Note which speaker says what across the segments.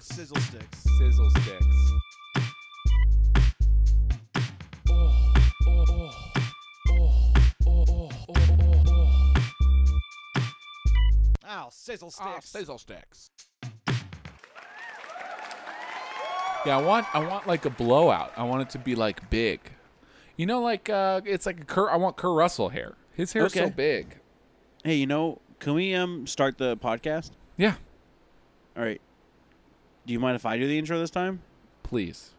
Speaker 1: sizzle sticks.
Speaker 2: Sizzle sticks.
Speaker 1: Ow, sizzle sticks.
Speaker 2: Ah, sizzle sticks. Yeah, I want I want like a blowout. I want it to be like big. You know, like uh it's like a Kerr. I want Kerr Russell hair. His hair's so
Speaker 1: Okay.
Speaker 2: big.
Speaker 1: Hey, you know, can we um start the podcast?
Speaker 2: Yeah,
Speaker 1: All right. Do you mind if I do the intro this time?
Speaker 2: please.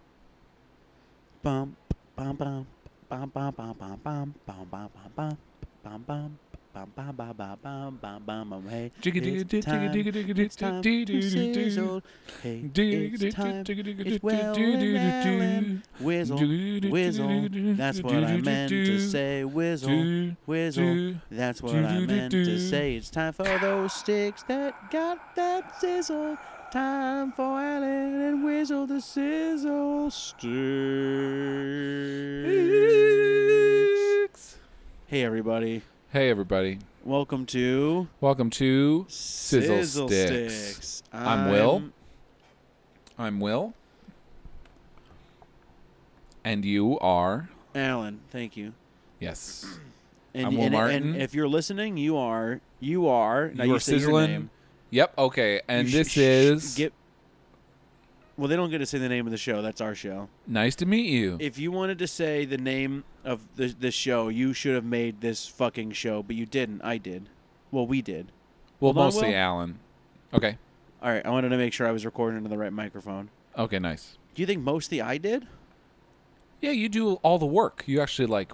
Speaker 1: Bum, bum, bum, bum, bum, bum, bum, bum, bum, bum, bum, bum, bum, bum, bum, bum, bum, bum, bum, bum, bum, bum, hey,
Speaker 2: Jigga digga
Speaker 1: it's
Speaker 2: digga
Speaker 1: time,
Speaker 2: digga digga
Speaker 1: it's
Speaker 2: digga
Speaker 1: time
Speaker 2: digga
Speaker 1: to
Speaker 2: digga digga
Speaker 1: sizzle. Hey,
Speaker 2: digga digga
Speaker 1: it's time,
Speaker 2: digga digga
Speaker 1: it's
Speaker 2: digga
Speaker 1: well
Speaker 2: digga digga
Speaker 1: and Whizzle,
Speaker 2: digga
Speaker 1: whizzle,
Speaker 2: digga
Speaker 1: that's what I
Speaker 2: digga
Speaker 1: meant to
Speaker 2: digga
Speaker 1: say. Whizzle,
Speaker 2: digga
Speaker 1: whizzle,
Speaker 2: digga.
Speaker 1: that's what
Speaker 2: do,
Speaker 1: I
Speaker 2: do, do,
Speaker 1: meant to
Speaker 2: do.
Speaker 1: say. It's time for those sticks that got that sizzle. Time for Alan and Whizzle to sizzle sticks. Hey everybody,
Speaker 2: Hey everybody.
Speaker 1: welcome to
Speaker 2: Welcome to
Speaker 1: Sizzle,
Speaker 2: Sticks. I'm Will. I'm Will. And you are
Speaker 1: Alan, thank you.
Speaker 2: Yes.
Speaker 1: And,
Speaker 2: I'm Will
Speaker 1: and,
Speaker 2: Martin.
Speaker 1: and if you're listening, you are you are now
Speaker 2: You
Speaker 1: you,
Speaker 2: are
Speaker 1: say your
Speaker 2: sizzling.
Speaker 1: name.
Speaker 2: Yep, okay. And
Speaker 1: You sh-
Speaker 2: this
Speaker 1: sh-
Speaker 2: is
Speaker 1: get. Well, they don't get to say the name of the show. That's our show.
Speaker 2: Nice to meet you.
Speaker 1: If you wanted to say the name of the the show, you should have made this fucking show, but you didn't. I did. Well, we did.
Speaker 2: well,
Speaker 1: hold on,
Speaker 2: mostly
Speaker 1: Will.
Speaker 2: Alan. Okay.
Speaker 1: All right. I wanted to make sure I was recording into the right microphone.
Speaker 2: Okay, nice.
Speaker 1: Do you think mostly I did?
Speaker 2: Yeah, you do all the work. You actually like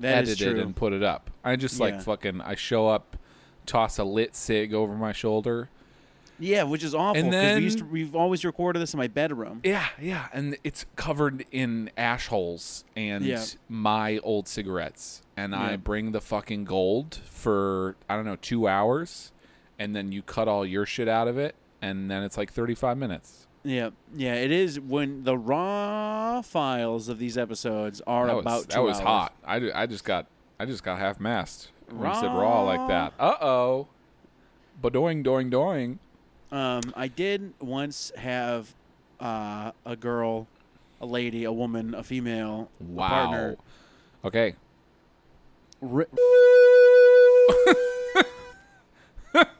Speaker 1: That is
Speaker 2: edit it
Speaker 1: true.
Speaker 2: and put it up. I just
Speaker 1: Yeah.
Speaker 2: like fucking I show up, toss a lit sig over my shoulder.
Speaker 1: Yeah, which is awful.
Speaker 2: And
Speaker 1: 'cause
Speaker 2: then-
Speaker 1: we used to, we've always recorded this in my bedroom.
Speaker 2: Yeah, yeah, and it's covered in ash holes and
Speaker 1: Yeah.
Speaker 2: my old cigarettes. And I
Speaker 1: Yeah.
Speaker 2: bring the fucking gold for I don't know two hours, and then you cut all your shit out of it, and then it's like thirty five minutes.
Speaker 1: yeah, yeah. It is when the raw files of these episodes are
Speaker 2: that was,
Speaker 1: about.
Speaker 2: that
Speaker 1: two
Speaker 2: was
Speaker 1: hours.
Speaker 2: hot. I, ju- I just got I just got half mast when you said raw like that. Uh oh, doing doing doing.
Speaker 1: Um, I did once have uh, a girl, a lady, a woman, a female, a
Speaker 2: Wow.
Speaker 1: partner.
Speaker 2: Okay.
Speaker 1: Ri-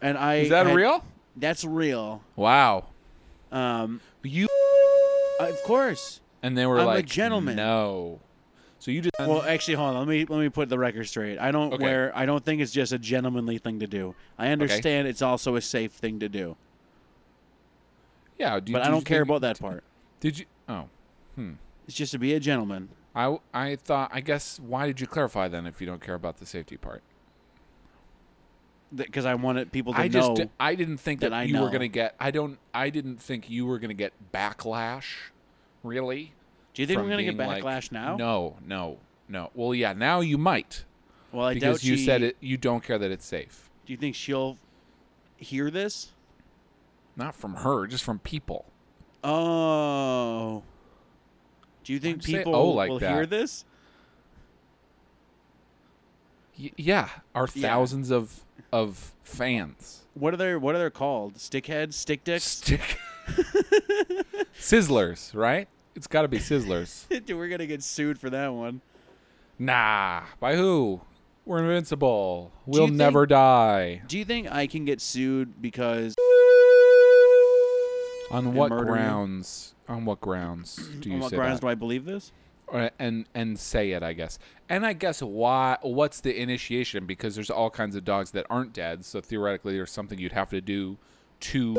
Speaker 1: and I
Speaker 2: Is that
Speaker 1: had-
Speaker 2: real?
Speaker 1: That's real.
Speaker 2: Wow.
Speaker 1: Um,
Speaker 2: You
Speaker 1: of course.
Speaker 2: and they were
Speaker 1: I'm a
Speaker 2: like
Speaker 1: gentleman.
Speaker 2: No. So you just
Speaker 1: Well, actually, hold on. Let me let me put the record straight. I don't
Speaker 2: Okay.
Speaker 1: wear. I don't think it's just a gentlemanly thing to do. I understand it's also a safe thing to do,
Speaker 2: Yeah, do,
Speaker 1: but I
Speaker 2: do
Speaker 1: don't
Speaker 2: you
Speaker 1: care
Speaker 2: think-
Speaker 1: about that part.
Speaker 2: Did you? Oh,
Speaker 1: It's just to be a gentleman.
Speaker 2: I I thought. I guess. Why did you clarify then? If you don't care about the safety part,
Speaker 1: because I wanted people to
Speaker 2: I just
Speaker 1: know.
Speaker 2: di- I didn't think
Speaker 1: that
Speaker 2: that,
Speaker 1: I
Speaker 2: you were
Speaker 1: know.
Speaker 2: gonna get. I don't. I didn't think you were gonna get backlash. Really?
Speaker 1: do you think
Speaker 2: from
Speaker 1: we're gonna get
Speaker 2: being like,
Speaker 1: backlash now?
Speaker 2: No, no, no. Well, yeah. Now you might
Speaker 1: Well, I
Speaker 2: because
Speaker 1: doubt
Speaker 2: you
Speaker 1: she-
Speaker 2: said it. You don't care that it's safe.
Speaker 1: Do you think she'll hear this?
Speaker 2: Not from her, just from people.
Speaker 1: Oh. Do you think
Speaker 2: Why'd you say
Speaker 1: people
Speaker 2: oh like
Speaker 1: will
Speaker 2: that?
Speaker 1: hear this?
Speaker 2: Y- yeah, our
Speaker 1: Yeah.
Speaker 2: thousands of of fans.
Speaker 1: What are they? What are they called? Stickheads, stick dicks.
Speaker 2: Stick. Sizzlers, right? It's got to be Sizzlers.
Speaker 1: Dude, we're gonna get sued for that one.
Speaker 2: Nah, by who? We're invincible.
Speaker 1: you
Speaker 2: We'll
Speaker 1: think-
Speaker 2: never die.
Speaker 1: Do you think I can get sued because?
Speaker 2: On what
Speaker 1: murder you?
Speaker 2: grounds? On what grounds do you
Speaker 1: on what
Speaker 2: say
Speaker 1: grounds
Speaker 2: that?
Speaker 1: do I believe this?
Speaker 2: Or- and and say it, I guess. And I guess why? What's the initiation? Because there's all kinds of dogs that aren't dead, so theoretically, there's something you'd have to do to.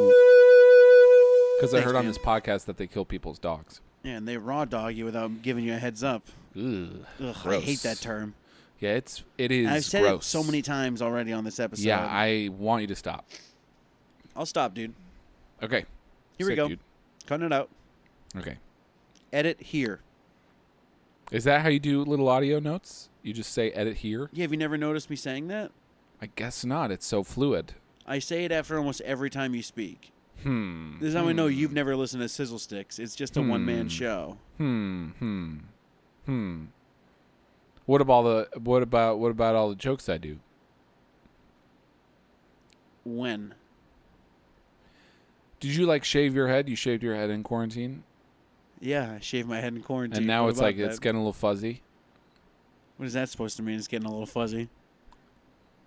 Speaker 2: Because I
Speaker 1: Thanks,
Speaker 2: heard on
Speaker 1: man.
Speaker 2: this podcast that they kill people's dogs.
Speaker 1: Yeah, and they raw dog you without giving you a heads up.
Speaker 2: Ugh,
Speaker 1: Ugh, I hate that term.
Speaker 2: Yeah, it's it is.
Speaker 1: I've said
Speaker 2: gross.
Speaker 1: it so many times already on this episode.
Speaker 2: Yeah, I want you to stop.
Speaker 1: I'll stop, dude.
Speaker 2: Okay.
Speaker 1: Here we
Speaker 2: Sick,
Speaker 1: go.
Speaker 2: dude.
Speaker 1: Cutting it out.
Speaker 2: Okay.
Speaker 1: Edit here.
Speaker 2: Is that how you do little audio notes? You just say edit here?
Speaker 1: Yeah, have you never noticed me saying that?
Speaker 2: I guess not. It's so fluid.
Speaker 1: I say it after almost every time you speak.
Speaker 2: Hmm.
Speaker 1: This is how I know you've never listened to Sizzle Sticks. It's just a one man show.
Speaker 2: Hmm. Hmm. Hmm. What about the what about what about all the jokes I do?
Speaker 1: When?
Speaker 2: Did you like shave your head? You shaved your head in quarantine,
Speaker 1: Yeah, I shaved my head in quarantine.
Speaker 2: and now
Speaker 1: What
Speaker 2: it's
Speaker 1: about
Speaker 2: like it's
Speaker 1: that?
Speaker 2: getting a little fuzzy.
Speaker 1: What is that supposed to mean? It's getting a little fuzzy.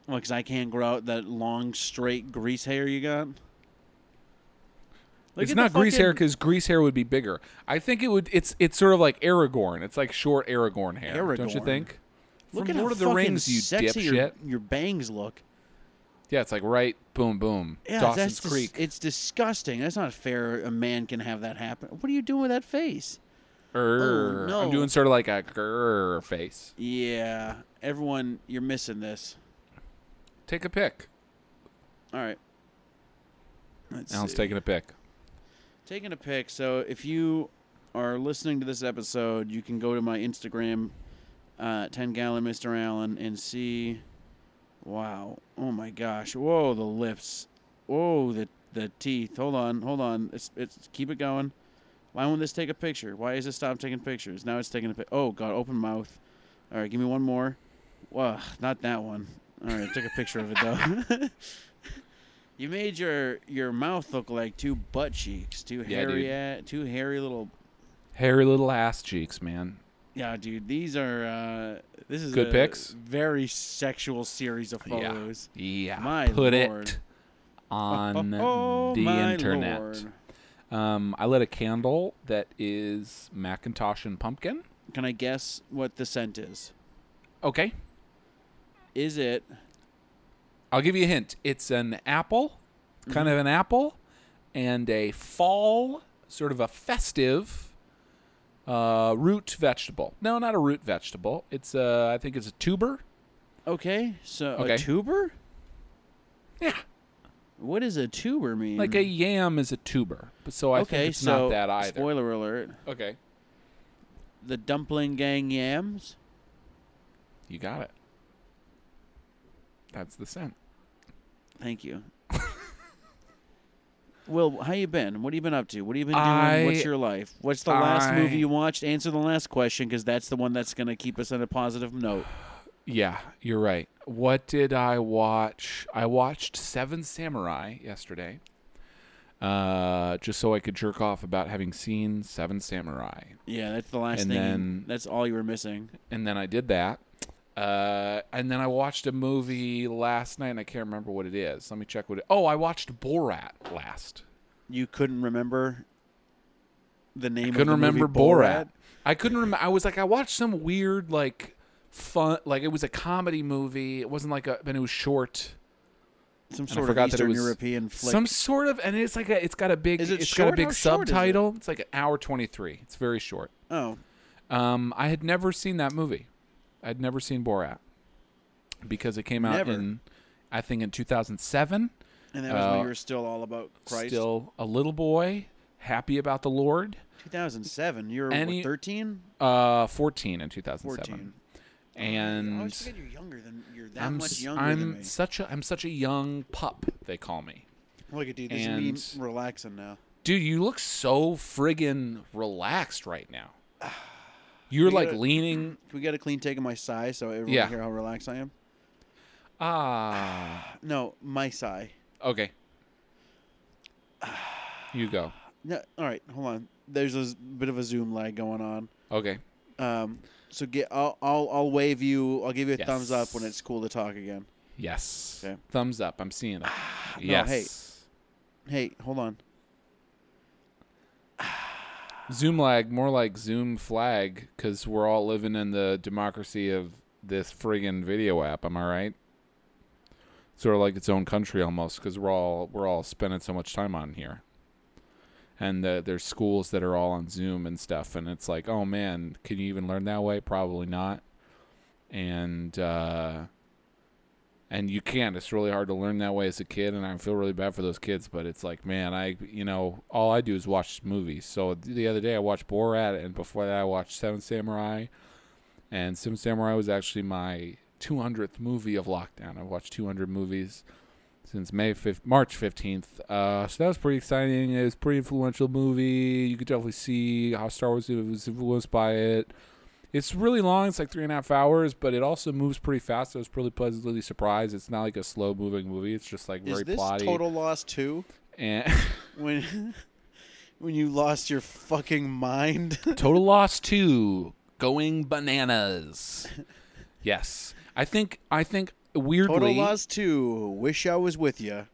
Speaker 1: Well, because I can't grow out that long, straight grease hair you got. Look
Speaker 2: it's
Speaker 1: at the
Speaker 2: not grease hair
Speaker 1: fucking
Speaker 2: because grease hair would be bigger. I think it would. It's it's sort of like Aragorn. It's like short Aragorn hair, don't you
Speaker 1: Aragorn.
Speaker 2: think?
Speaker 1: Look
Speaker 2: From
Speaker 1: at
Speaker 2: Lord
Speaker 1: how
Speaker 2: of the
Speaker 1: fucking
Speaker 2: Rings, you
Speaker 1: sexy
Speaker 2: dipshit.
Speaker 1: Your, your bangs look.
Speaker 2: Yeah, it's like right, boom, boom.
Speaker 1: Yeah,
Speaker 2: Dawson's
Speaker 1: that's dis-
Speaker 2: Creek
Speaker 1: it's disgusting. That's not fair. A man can have that happen. What are you doing with that face?
Speaker 2: Err.
Speaker 1: oh, no.
Speaker 2: I'm doing sort of like a grr face.
Speaker 1: Yeah, everyone, you're missing this.
Speaker 2: Take a pick.
Speaker 1: All right. Let's
Speaker 2: Alan's
Speaker 1: see.
Speaker 2: taking a pick.
Speaker 1: Taking a pic. So if you are listening to this episode, you can go to my Instagram, uh, 10 gallon Mr. Allen, and see. Wow. Oh my gosh. Whoa, the lips. Whoa, the the teeth. Hold on. Hold on. It's it's keep it going. Why won't this take a picture? Why is it stop taking pictures? Now it's taking a pic. Oh god, open mouth. All right, give me one more. Wow, not that one. All right, took a picture of it though. you made your your mouth look like two butt cheeks, two
Speaker 2: Yeah,
Speaker 1: hairy,
Speaker 2: dude.
Speaker 1: a- two hairy little.
Speaker 2: Hairy little ass cheeks, man.
Speaker 1: Yeah, dude, these are uh this is
Speaker 2: Good
Speaker 1: a
Speaker 2: pics?
Speaker 1: Very sexual series of
Speaker 2: Yeah.
Speaker 1: photos.
Speaker 2: Yeah.
Speaker 1: My
Speaker 2: Put
Speaker 1: lord.
Speaker 2: it on
Speaker 1: Oh,
Speaker 2: the
Speaker 1: my
Speaker 2: internet.
Speaker 1: lord.
Speaker 2: Um, I lit a candle that is Macintosh and pumpkin.
Speaker 1: Can I guess what the scent is?
Speaker 2: Okay.
Speaker 1: Is it
Speaker 2: I'll give you a hint. It's an apple, kind
Speaker 1: Mm-hmm.
Speaker 2: of an apple, and a fall, sort of a festive uh, root vegetable. No, not a root vegetable. It's a, I think it's a tuber.
Speaker 1: okay? So
Speaker 2: Okay.
Speaker 1: a tuber?
Speaker 2: Yeah.
Speaker 1: What does a tuber mean?
Speaker 2: Like a yam is a tuber. But so I
Speaker 1: Mm. okay,
Speaker 2: think it's
Speaker 1: so
Speaker 2: not that either.
Speaker 1: spoiler alert:
Speaker 2: okay.
Speaker 1: the dumpling gang yams.
Speaker 2: You got it. That's the scent.
Speaker 1: Thank you. Will, how you been? What have you been up to? What have you been doing?
Speaker 2: I-
Speaker 1: What's your life? What's the last movie
Speaker 2: I-
Speaker 1: you watched? Answer the last question because that's the one that's going to keep us on a positive note.
Speaker 2: Yeah, you're right. What did I watch? I watched Seven Samurai yesterday. Uh, just so I could jerk off about having seen Seven Samurai.
Speaker 1: Yeah, that's the last
Speaker 2: And
Speaker 1: thing.
Speaker 2: then-
Speaker 1: that's all you were missing.
Speaker 2: And then I did that. Uh, and then I watched a movie last night and I can't remember what it is. Let me check what it Oh, I watched Borat last.
Speaker 1: You couldn't remember the name. of
Speaker 2: couldn't
Speaker 1: the movie
Speaker 2: remember Borat. I couldn't remember. I was like, I watched some weird, like, fun, like it was a comedy movie. It wasn't like a, but it was short.
Speaker 1: Some
Speaker 2: I
Speaker 1: sort of
Speaker 2: forgot that it
Speaker 1: Eastern
Speaker 2: was
Speaker 1: European flick.
Speaker 2: Some sort of, and it's like a, it's got a big,
Speaker 1: Is it
Speaker 2: has got
Speaker 1: short?
Speaker 2: a big
Speaker 1: How short is it?
Speaker 2: subtitle. It's like an hour twenty three. It's very short.
Speaker 1: oh,
Speaker 2: Um, I had never seen that movie. I'd never seen Borat because it came out
Speaker 1: Never.
Speaker 2: in, I think, in two thousand seven.
Speaker 1: and that was when
Speaker 2: Uh,
Speaker 1: you were still all about Christ.
Speaker 2: Still a little boy, happy about the Lord.
Speaker 1: 2007. You were
Speaker 2: Any-
Speaker 1: 13.
Speaker 2: Uh, fourteen in two thousand
Speaker 1: 14.
Speaker 2: seven,
Speaker 1: Oh,
Speaker 2: and
Speaker 1: I always forget you're younger than you're that
Speaker 2: Mm. I'm
Speaker 1: much
Speaker 2: s-
Speaker 1: younger
Speaker 2: I'm
Speaker 1: than me.
Speaker 2: such a I'm such a young pup. They call me,
Speaker 1: Look at dude,
Speaker 2: this
Speaker 1: this
Speaker 2: is me
Speaker 1: is
Speaker 2: and-
Speaker 1: me relaxing now.
Speaker 2: dude. You look so friggin' relaxed right now. You're
Speaker 1: We
Speaker 2: like
Speaker 1: gotta-
Speaker 2: leaning.
Speaker 1: Can we get a clean take of my sigh so everyone
Speaker 2: Yeah.
Speaker 1: can hear how relaxed I am?
Speaker 2: Ah,
Speaker 1: No, my sigh.
Speaker 2: okay. You go.
Speaker 1: No, all right, hold on. There's a z- bit of a zoom lag going on.
Speaker 2: Okay.
Speaker 1: Um, so get I'll I'll, I'll wave you. I'll give you a thumbs up when
Speaker 2: Yes.
Speaker 1: it's cool to talk again.
Speaker 2: Yes.
Speaker 1: Okay. Ah,
Speaker 2: Thumbs up. I'm seeing it.
Speaker 1: No,
Speaker 2: yes.
Speaker 1: hey. Hey, hold on.
Speaker 2: Zoom lag, more like Zoom flag, because we're all living in the democracy of this friggin' video app. Am I right? Sort of like its own country almost, because we're all we're all spending so much time on here, and uh there's schools that are all on Zoom and stuff, and it's like, oh man, can you even learn that way? Probably not, and uh, and you can't. It's really hard to learn that way as a kid, and I feel really bad for those kids. But it's like, man, I you know, all I do is watch movies. So the other day I watched Borat, and before that I watched Seven Samurai, and Seven Samurai was actually my 200th movie of lockdown. I watched 200 movies since May 5th, March 15th. Uh, so that was pretty exciting. It was a pretty influential movie. You could definitely see how Star Wars was influenced by it. It's really long. It's like three and a half hours, but it also moves pretty fast. I was pretty pleasantly surprised. It's not like a slow moving movie. It's just like very
Speaker 1: Is this
Speaker 2: plotty.
Speaker 1: total loss two?
Speaker 2: and
Speaker 1: when when you lost your fucking mind.
Speaker 2: Total loss two. Going bananas. yes. I think I think weirdly
Speaker 1: Total Loss 2, Wish I Was With You.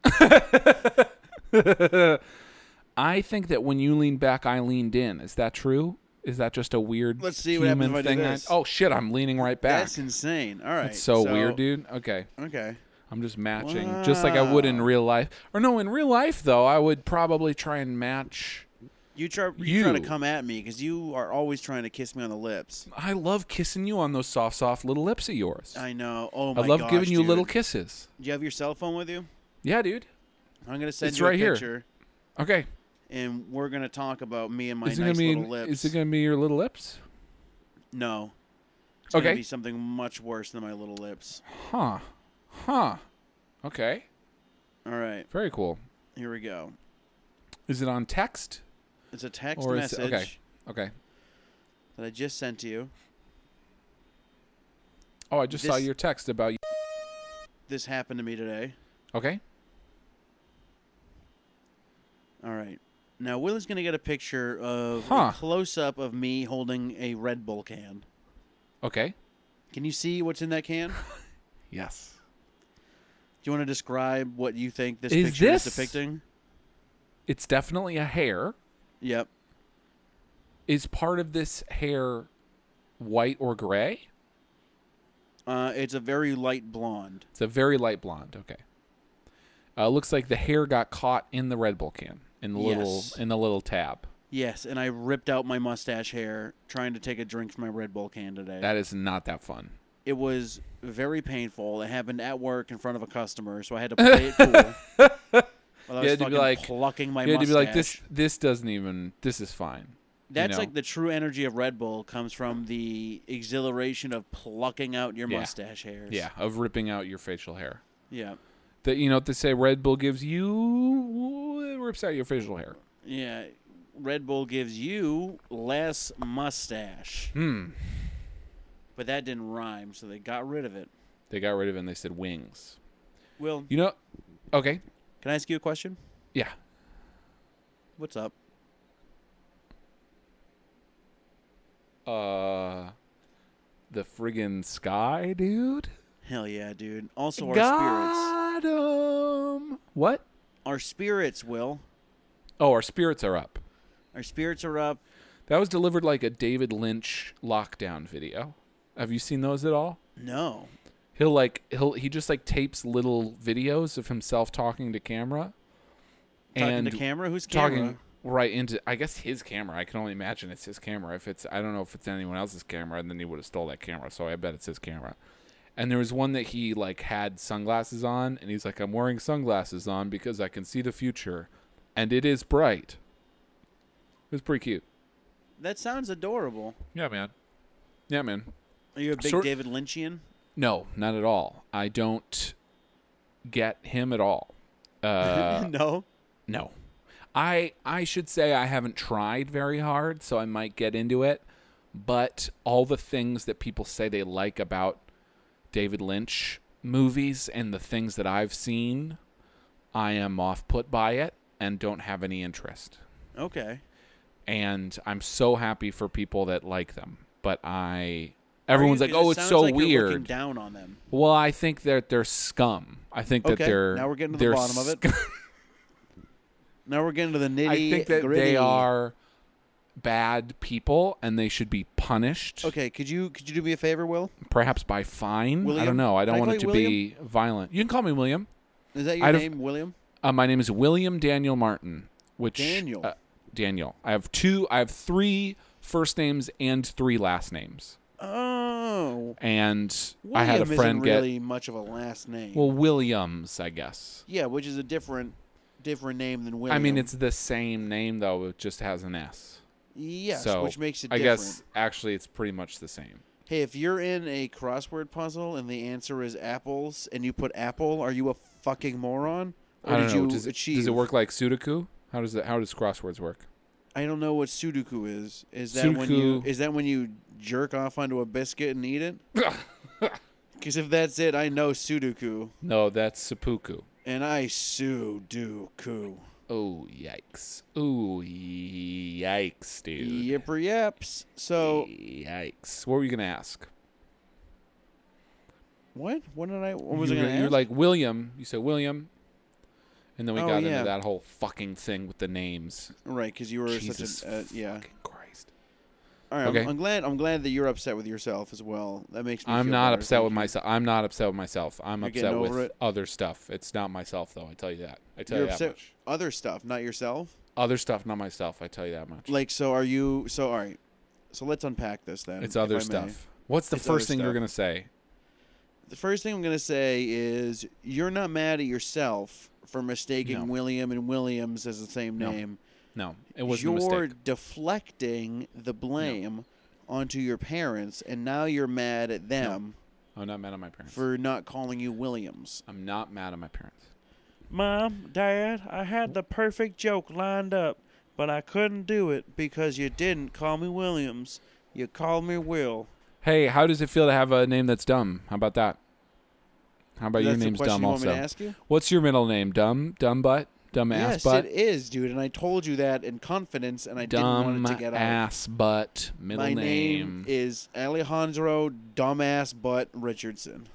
Speaker 2: I think that when you lean back, I leaned in. Is that true? Is that just a weird
Speaker 1: Let's see what
Speaker 2: human
Speaker 1: happens if I do
Speaker 2: thing?
Speaker 1: this.
Speaker 2: oh shit, I'm leaning right back.
Speaker 1: That's insane. All right.
Speaker 2: That's so, weird, dude. Okay.
Speaker 1: Okay.
Speaker 2: I'm just matching. Just like I would in real life. Or no, in real life though, I would probably try and match
Speaker 1: You try you trying
Speaker 2: You.
Speaker 1: to come at me because you are always trying to kiss me on the lips.
Speaker 2: I love kissing you on those soft, soft little lips of yours. I,
Speaker 1: I know. Oh my
Speaker 2: love
Speaker 1: gosh,
Speaker 2: giving you
Speaker 1: dude.
Speaker 2: little kisses.
Speaker 1: Do you have your cell phone with you?
Speaker 2: Yeah, dude.
Speaker 1: I'm gonna send
Speaker 2: It's
Speaker 1: you
Speaker 2: right
Speaker 1: a
Speaker 2: here.
Speaker 1: picture,
Speaker 2: Okay.
Speaker 1: and we're gonna talk about me and my
Speaker 2: is it
Speaker 1: nice
Speaker 2: gonna be
Speaker 1: little lips.
Speaker 2: is it gonna be your little lips?
Speaker 1: no. It's
Speaker 2: Okay.
Speaker 1: gonna be something much worse than my little lips.
Speaker 2: Huh. Huh. Okay.
Speaker 1: All right,
Speaker 2: Very cool.
Speaker 1: here we go.
Speaker 2: Is it on text?
Speaker 1: It's a text
Speaker 2: Or is it-
Speaker 1: message
Speaker 2: okay. Okay.
Speaker 1: that I just sent to you.
Speaker 2: Oh, I just saw
Speaker 1: This-
Speaker 2: your text about you.
Speaker 1: This happened to me today.
Speaker 2: Okay.
Speaker 1: All right. Now Willie's gonna get a picture of
Speaker 2: Huh.
Speaker 1: a close up of me holding a Red Bull can.
Speaker 2: Okay.
Speaker 1: Can you see what's in that can? Do
Speaker 2: Yes.
Speaker 1: you want to describe what you think this
Speaker 2: Is
Speaker 1: picture
Speaker 2: this-
Speaker 1: is depicting?
Speaker 2: It's definitely a hair.
Speaker 1: Yep.
Speaker 2: Is part of this hair white or gray?
Speaker 1: Uh, it's a very light blonde.
Speaker 2: It's a very light blonde. Okay. Uh, looks like the hair got caught in the Red Bull can in the little
Speaker 1: Yes.
Speaker 2: in the little tab.
Speaker 1: Yes, and I ripped out my mustache hair trying to take a drink from my Red Bull can today.
Speaker 2: That is not that fun.
Speaker 1: it was very painful. It happened at work in front of a customer, so I had to play it cool. While I
Speaker 2: You
Speaker 1: was
Speaker 2: had to be
Speaker 1: fucking
Speaker 2: like-
Speaker 1: plucking my
Speaker 2: You had to
Speaker 1: mustache.
Speaker 2: be like this. This doesn't even. This is fine. you
Speaker 1: That's
Speaker 2: know?
Speaker 1: like the true energy of Red Bull comes from the exhilaration of plucking out your
Speaker 2: Yeah.
Speaker 1: mustache hairs.
Speaker 2: yeah of ripping out your facial hair.
Speaker 1: Yeah.
Speaker 2: That you know what they say Red Bull gives you it rips out your facial hair.
Speaker 1: Yeah. Red Bull gives you less mustache.
Speaker 2: Hmm.
Speaker 1: But that didn't rhyme, so they got rid of it.
Speaker 2: They got rid of it and they said wings.
Speaker 1: Will,
Speaker 2: You know okay.
Speaker 1: can I ask you a question?
Speaker 2: Yeah.
Speaker 1: What's up?
Speaker 2: Uh the friggin' sky, dude.
Speaker 1: Hell yeah, dude. Also our
Speaker 2: Got
Speaker 1: spirits.
Speaker 2: 'em. What?
Speaker 1: Our spirits, Will.
Speaker 2: Oh, our spirits are up.
Speaker 1: Our spirits are up.
Speaker 2: That was delivered like a David Lynch lockdown video. Have you seen those at all?
Speaker 1: No.
Speaker 2: He'll like he'll he just like tapes little videos of himself talking to camera.
Speaker 1: Talking
Speaker 2: and
Speaker 1: to camera? Who's camera?
Speaker 2: talking right into I guess his camera. I can only imagine it's his camera. If it's I don't know if it's anyone else's camera, and then he would have stole that camera. So I bet it's his camera. And there was one that he like had sunglasses on, and he's like, "I'm wearing sunglasses on because I can see the future, and it is bright." It was pretty cute.
Speaker 1: That sounds adorable.
Speaker 2: Yeah, man. Yeah, man.
Speaker 1: Are you a big
Speaker 2: Sort-
Speaker 1: David Lynchian?
Speaker 2: No, not at all. I don't get him at all. Uh,
Speaker 1: no.
Speaker 2: No. I I should say I haven't tried very hard, so I might get into it. But all the things that people say they like about David Lynch movies and the things that I've seen, I am off put by it and don't have any interest.
Speaker 1: Okay.
Speaker 2: And I'm so happy for people that like them. But I everyone's
Speaker 1: Are
Speaker 2: like,
Speaker 1: you- 'cause
Speaker 2: Oh,
Speaker 1: it
Speaker 2: it's
Speaker 1: sounds
Speaker 2: so
Speaker 1: like you're looking
Speaker 2: weird.
Speaker 1: down on them.
Speaker 2: Well, I think that they're scum. I think
Speaker 1: Okay,
Speaker 2: that they're
Speaker 1: now we're getting to the
Speaker 2: they're
Speaker 1: bottom of it.
Speaker 2: scum.
Speaker 1: Now we're getting to the nitty.
Speaker 2: I think that
Speaker 1: gritty.
Speaker 2: they are bad people and they should be punished,
Speaker 1: Okay, could you could you do me a favor, Will?
Speaker 2: perhaps by fine. I
Speaker 1: William?
Speaker 2: don't know. I don't
Speaker 1: Can I
Speaker 2: want it to
Speaker 1: call you
Speaker 2: be violent. You can call me William.
Speaker 1: Is that your
Speaker 2: I'd have-
Speaker 1: name, William?
Speaker 2: Uh, my name is William Daniel Martin. Which
Speaker 1: Daniel.
Speaker 2: uh, Daniel. I have two. I have three first names and three last names.
Speaker 1: Oh,
Speaker 2: And
Speaker 1: William
Speaker 2: I had a friend
Speaker 1: isn't
Speaker 2: get
Speaker 1: really much of a last name.
Speaker 2: well Williams, I guess.
Speaker 1: yeah, which is a different different name than William.
Speaker 2: I mean, it's the same name though. It just has an S.
Speaker 1: yes,
Speaker 2: so
Speaker 1: which makes it
Speaker 2: I
Speaker 1: different.
Speaker 2: guess actually it's pretty much the same.
Speaker 1: Hey, if you're in a crossword puzzle and the answer is apples, and you put apple, are you a fucking moron? Or
Speaker 2: I don't
Speaker 1: did
Speaker 2: know.
Speaker 1: you
Speaker 2: does, it,
Speaker 1: achieve?
Speaker 2: does it work like Sudoku? How does it? How does crosswords work?
Speaker 1: I don't know what Sudoku is. Is that when you
Speaker 2: Sudoku-
Speaker 1: is that when you jerk off onto a biscuit and eat it? Because if that's it, I know Sudoku,
Speaker 2: no, that's seppuku.
Speaker 1: and I Sudoku.
Speaker 2: Oh yikes! Oh yikes, dude!
Speaker 1: Yipper yaps. So
Speaker 2: Yikes! What were you gonna ask?
Speaker 1: what? What did I? What was
Speaker 2: you,
Speaker 1: I gonna?
Speaker 2: were- You're
Speaker 1: ask?
Speaker 2: like William. You said William, and then we
Speaker 1: Oh,
Speaker 2: got
Speaker 1: yeah.
Speaker 2: into that whole fucking thing with the names.
Speaker 1: right because you were
Speaker 2: Jesus
Speaker 1: such a uh, yeah.
Speaker 2: fucking Christ!
Speaker 1: All right, I'm-
Speaker 2: Okay.
Speaker 1: I'm, glad. I'm glad that you're upset with yourself as well. That makes me.
Speaker 2: I'm
Speaker 1: feel
Speaker 2: not
Speaker 1: better.
Speaker 2: upset
Speaker 1: Thank
Speaker 2: with
Speaker 1: you.
Speaker 2: myself. I'm not upset with myself. I'm
Speaker 1: You're getting
Speaker 2: upset with
Speaker 1: over it?
Speaker 2: other stuff. It's not myself though. I tell you that. I tell
Speaker 1: You're
Speaker 2: you that
Speaker 1: upset
Speaker 2: much.
Speaker 1: other stuff, not yourself.
Speaker 2: Other stuff, not myself. I tell you that much.
Speaker 1: Like so, are you? So all right. So let's unpack this then.
Speaker 2: it's
Speaker 1: if I
Speaker 2: other
Speaker 1: may.
Speaker 2: stuff. What's the
Speaker 1: It's other
Speaker 2: first thing you're
Speaker 1: stuff.
Speaker 2: gonna say?
Speaker 1: The first thing I'm gonna say is you're not mad at yourself for mistaking
Speaker 2: No.
Speaker 1: William and Williams as the same
Speaker 2: No.
Speaker 1: name.
Speaker 2: No, it was
Speaker 1: you're
Speaker 2: a mistake.
Speaker 1: deflecting the blame onto your parents, and now you're mad at them
Speaker 2: I'm Oh, not mad at my parents.
Speaker 1: for not calling you Williams.
Speaker 2: I'm not mad at my parents.
Speaker 1: Mom, Dad, I had the perfect joke lined up, but I couldn't do it because you didn't call me Williams. You called me Will.
Speaker 2: Hey, how does it feel to have a name that's dumb? How about that? How about
Speaker 1: That's
Speaker 2: your
Speaker 1: the
Speaker 2: name's
Speaker 1: question
Speaker 2: dumb
Speaker 1: you want me to
Speaker 2: also?
Speaker 1: ask you?
Speaker 2: What's your middle name? Dumb, dumb butt, dumb ass
Speaker 1: yes,
Speaker 2: butt,
Speaker 1: it is, dude, and I told you that in confidence, and I didn't
Speaker 2: dumb
Speaker 1: want it to get out.
Speaker 2: ass butt. Middle
Speaker 1: My
Speaker 2: name,
Speaker 1: name is Alejandro Dumbass Butt Richardson.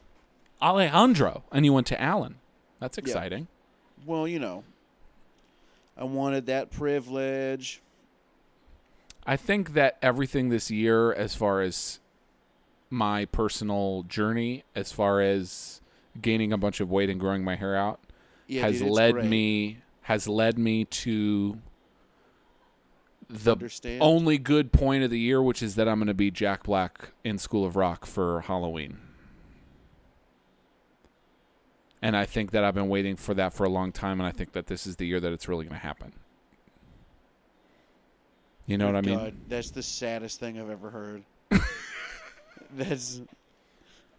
Speaker 2: Alejandro, and you went to Allen. That's
Speaker 1: Yeah.
Speaker 2: exciting.
Speaker 1: Well, you know, I wanted that privilege.
Speaker 2: I think that everything this year, as far as my personal journey, as far as gaining a bunch of weight and growing my hair out,
Speaker 1: Yeah,
Speaker 2: has
Speaker 1: dude, it's
Speaker 2: led
Speaker 1: great.
Speaker 2: me has led me to the
Speaker 1: Understand?
Speaker 2: only good point of the year, which is that I'm going to be Jack Black in School of Rock for Halloween. And I think that I've been waiting for that for a long time, and I think that this is the year that it's really going to happen. You know what I mean?
Speaker 1: God, that's the saddest thing I've ever heard. that's.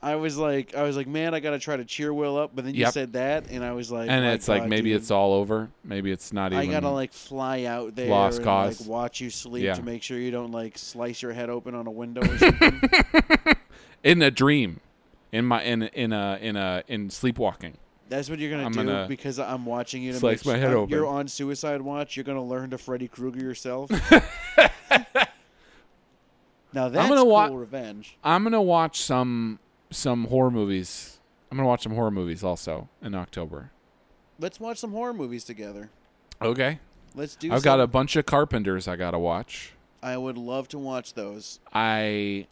Speaker 1: I was like, I was like, man, I gotta try to cheer Will up, but then you
Speaker 2: Yep.
Speaker 1: said that, and I was like,
Speaker 2: and
Speaker 1: my
Speaker 2: it's like
Speaker 1: God,
Speaker 2: maybe
Speaker 1: dude,
Speaker 2: it's all over. Maybe it's not
Speaker 1: I
Speaker 2: even.
Speaker 1: gotta like fly out there
Speaker 2: Lost
Speaker 1: and
Speaker 2: cause.
Speaker 1: like watch you sleep
Speaker 2: Yeah.
Speaker 1: to make sure you don't like slice your head open on a window or something.
Speaker 2: in a dream, in my in in a in a in sleepwalking.
Speaker 1: That's what you're gonna
Speaker 2: I'm
Speaker 1: do
Speaker 2: gonna
Speaker 1: because I'm watching you. To
Speaker 2: slice
Speaker 1: make
Speaker 2: my
Speaker 1: su-
Speaker 2: head
Speaker 1: I'm-
Speaker 2: open.
Speaker 1: You're on suicide watch. You're gonna learn to Freddy Krueger yourself. now that's
Speaker 2: gonna
Speaker 1: cool
Speaker 2: wa-
Speaker 1: revenge.
Speaker 2: I'm gonna watch some some horror movies. I'm gonna watch some horror movies also in October.
Speaker 1: Let's watch some horror movies together.
Speaker 2: Okay.
Speaker 1: Let's do.
Speaker 2: I've got a
Speaker 1: some-
Speaker 2: bunch of Carpenters I gotta watch.
Speaker 1: I would love to watch those.
Speaker 2: I.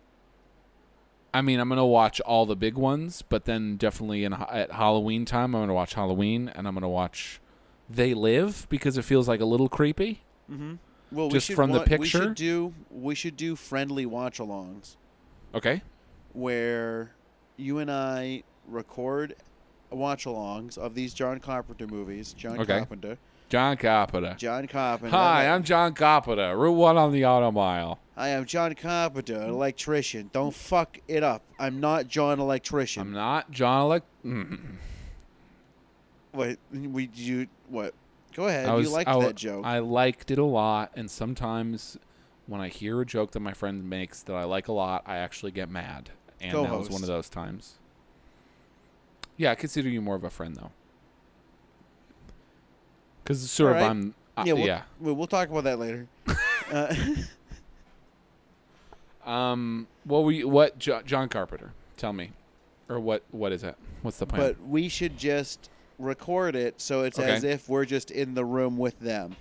Speaker 2: I mean, I'm gonna watch all the big ones, but then definitely in at Halloween time, I'm gonna watch Halloween, and I'm gonna watch They Live because it feels like a little creepy.
Speaker 1: Well,
Speaker 2: Just
Speaker 1: we should
Speaker 2: from the
Speaker 1: wa- we
Speaker 2: picture?
Speaker 1: should do we should do friendly watch-alongs
Speaker 2: Okay.
Speaker 1: where you and I record watch-alongs of these John Carpenter movies. John
Speaker 2: Okay.
Speaker 1: Carpenter.
Speaker 2: John Carpenter.
Speaker 1: John Carpenter.
Speaker 2: Hi, I'm John Carpenter. Route one on the automobile.
Speaker 1: I am John Carpenter, an electrician. Don't fuck it up. I'm not John Electrician.
Speaker 2: I'm not John. Elec- mm.
Speaker 1: Wait, we you what? Go ahead.
Speaker 2: I was,
Speaker 1: you liked
Speaker 2: I, wa-
Speaker 1: that joke.
Speaker 2: I liked it a lot, and sometimes when I hear a joke that my friend makes that I like a lot, I actually get mad, and that was one
Speaker 1: Co-host.
Speaker 2: of those times. Yeah, I consider you more of a friend though, because sort
Speaker 1: All
Speaker 2: of
Speaker 1: right.
Speaker 2: I'm. I-
Speaker 1: yeah, we'll,
Speaker 2: yeah.
Speaker 1: We'll, we'll talk about that later. uh,
Speaker 2: Um. What were you? What jo- John Carpenter? Tell me, or what? What is it? What's the plan?
Speaker 1: but we should just record it so it's
Speaker 2: Okay.
Speaker 1: as if we're just in the room with them,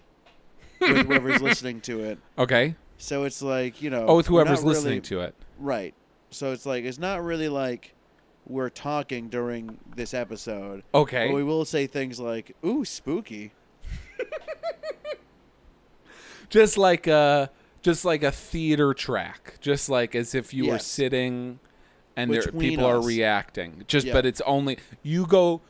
Speaker 1: with whoever's listening to it.
Speaker 2: okay.
Speaker 1: So it's like you know.
Speaker 2: Oh, with
Speaker 1: we're
Speaker 2: whoever's
Speaker 1: not really-
Speaker 2: listening to it.
Speaker 1: Right. So it's like it's not really like we're talking during this episode.
Speaker 2: Okay.
Speaker 1: But we will say things like "ooh, spooky."
Speaker 2: just like a just like a theater track just like as if you were
Speaker 1: Yes.
Speaker 2: sitting and there,
Speaker 1: Between
Speaker 2: people are
Speaker 1: us.
Speaker 2: reacting just
Speaker 1: Yeah.
Speaker 2: but it's only you go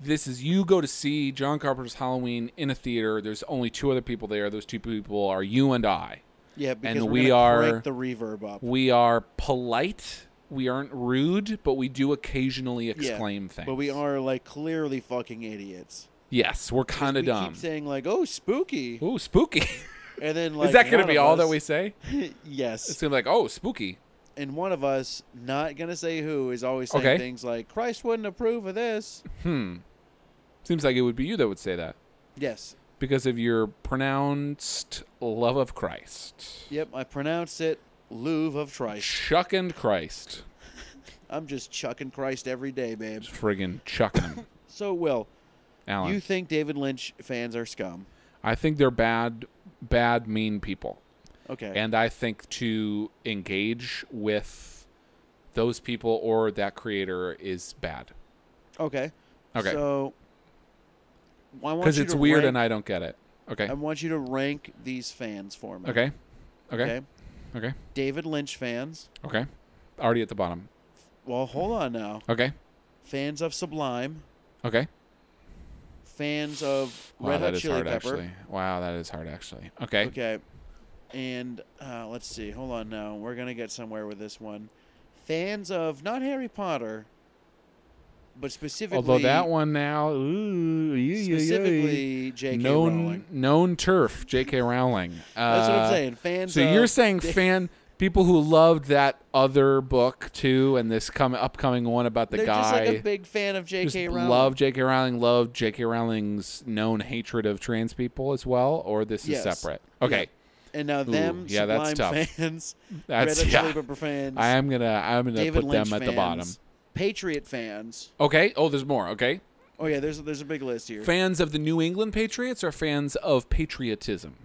Speaker 2: this is you go to see john carpenter's halloween in a theater there's only two other people there those two people are you and i
Speaker 1: Yeah, because we're
Speaker 2: we
Speaker 1: gonna
Speaker 2: are-
Speaker 1: crank the reverb up.
Speaker 2: we are polite we aren't rude but we do occasionally exclaim
Speaker 1: yeah,
Speaker 2: things
Speaker 1: But we are like clearly fucking idiots.
Speaker 2: yes we're kind
Speaker 1: We
Speaker 2: of dumb
Speaker 1: keep saying like, "Oh, spooky,"
Speaker 2: Ooh, spooky!
Speaker 1: and then like
Speaker 2: is that
Speaker 1: going to
Speaker 2: be all that we say? It's
Speaker 1: yes,
Speaker 2: gonna be like, oh, spooky.
Speaker 1: and one of us, not gonna say who, is always saying
Speaker 2: Okay.
Speaker 1: things like, "Christ wouldn't approve of this."
Speaker 2: Hmm. Seems like it would be you that would say that.
Speaker 1: Yes,
Speaker 2: because of your pronounced love of Christ.
Speaker 1: Yep, I pronounced it Louvre of Christ.
Speaker 2: Chuck and Christ.
Speaker 1: I'm just chucking Christ every day, babe.
Speaker 2: Just friggin' chucking 'em.
Speaker 1: So, Will,
Speaker 2: Alan.
Speaker 1: you think David Lynch fans are scum?
Speaker 2: I think they're bad, bad, mean people.
Speaker 1: Okay.
Speaker 2: And I think to engage with those people or that creator is bad.
Speaker 1: okay.
Speaker 2: Okay.
Speaker 1: So, I want
Speaker 2: Because
Speaker 1: you
Speaker 2: it's
Speaker 1: to
Speaker 2: weird
Speaker 1: rank-
Speaker 2: and I don't get it. Okay.
Speaker 1: I want you to rank these fans for me.
Speaker 2: okay. Okay. Okay.
Speaker 1: David Lynch fans.
Speaker 2: Okay. Already at the bottom.
Speaker 1: Well, hold on now.
Speaker 2: Okay.
Speaker 1: Fans of Sublime.
Speaker 2: Okay.
Speaker 1: Fans of
Speaker 2: Wow,
Speaker 1: Red
Speaker 2: that
Speaker 1: Hot
Speaker 2: is
Speaker 1: Chili
Speaker 2: hard
Speaker 1: Pepper.
Speaker 2: actually. Wow, that is hard actually. Okay.
Speaker 1: Okay. And uh, let's see. Hold on now. We're going to get somewhere with this one. Fans of not Harry Potter, but specifically
Speaker 2: Although that one now, ooh, yee, yee, yee.
Speaker 1: specifically J.K.
Speaker 2: known
Speaker 1: Rowling.
Speaker 2: known turf, J.K. Rowling. Uh,
Speaker 1: That's what I'm saying. Fans
Speaker 2: So
Speaker 1: of
Speaker 2: you're saying
Speaker 1: J-
Speaker 2: fan people who loved that other book too, and this come upcoming one about the
Speaker 1: They're just
Speaker 2: guy
Speaker 1: like a big fan of
Speaker 2: just
Speaker 1: J.K. Rowling.
Speaker 2: love J.K. Rowling, love J.K. Rowling's known hatred of trans people as well, or this
Speaker 1: Yes.
Speaker 2: is separate. Okay,
Speaker 1: and now them
Speaker 2: yeah, that's
Speaker 1: Sublime
Speaker 2: tough.
Speaker 1: fans,
Speaker 2: that's
Speaker 1: Red Hot Chili
Speaker 2: yeah.
Speaker 1: Pepper fans,
Speaker 2: I am gonna I'm gonna
Speaker 1: David
Speaker 2: put
Speaker 1: Lynch
Speaker 2: them at
Speaker 1: fans,
Speaker 2: the bottom.
Speaker 1: Patriot fans.
Speaker 2: Okay. Oh, there's more. Okay.
Speaker 1: Oh yeah, there's there's a big list here.
Speaker 2: Fans of the New England Patriots or fans of patriotism,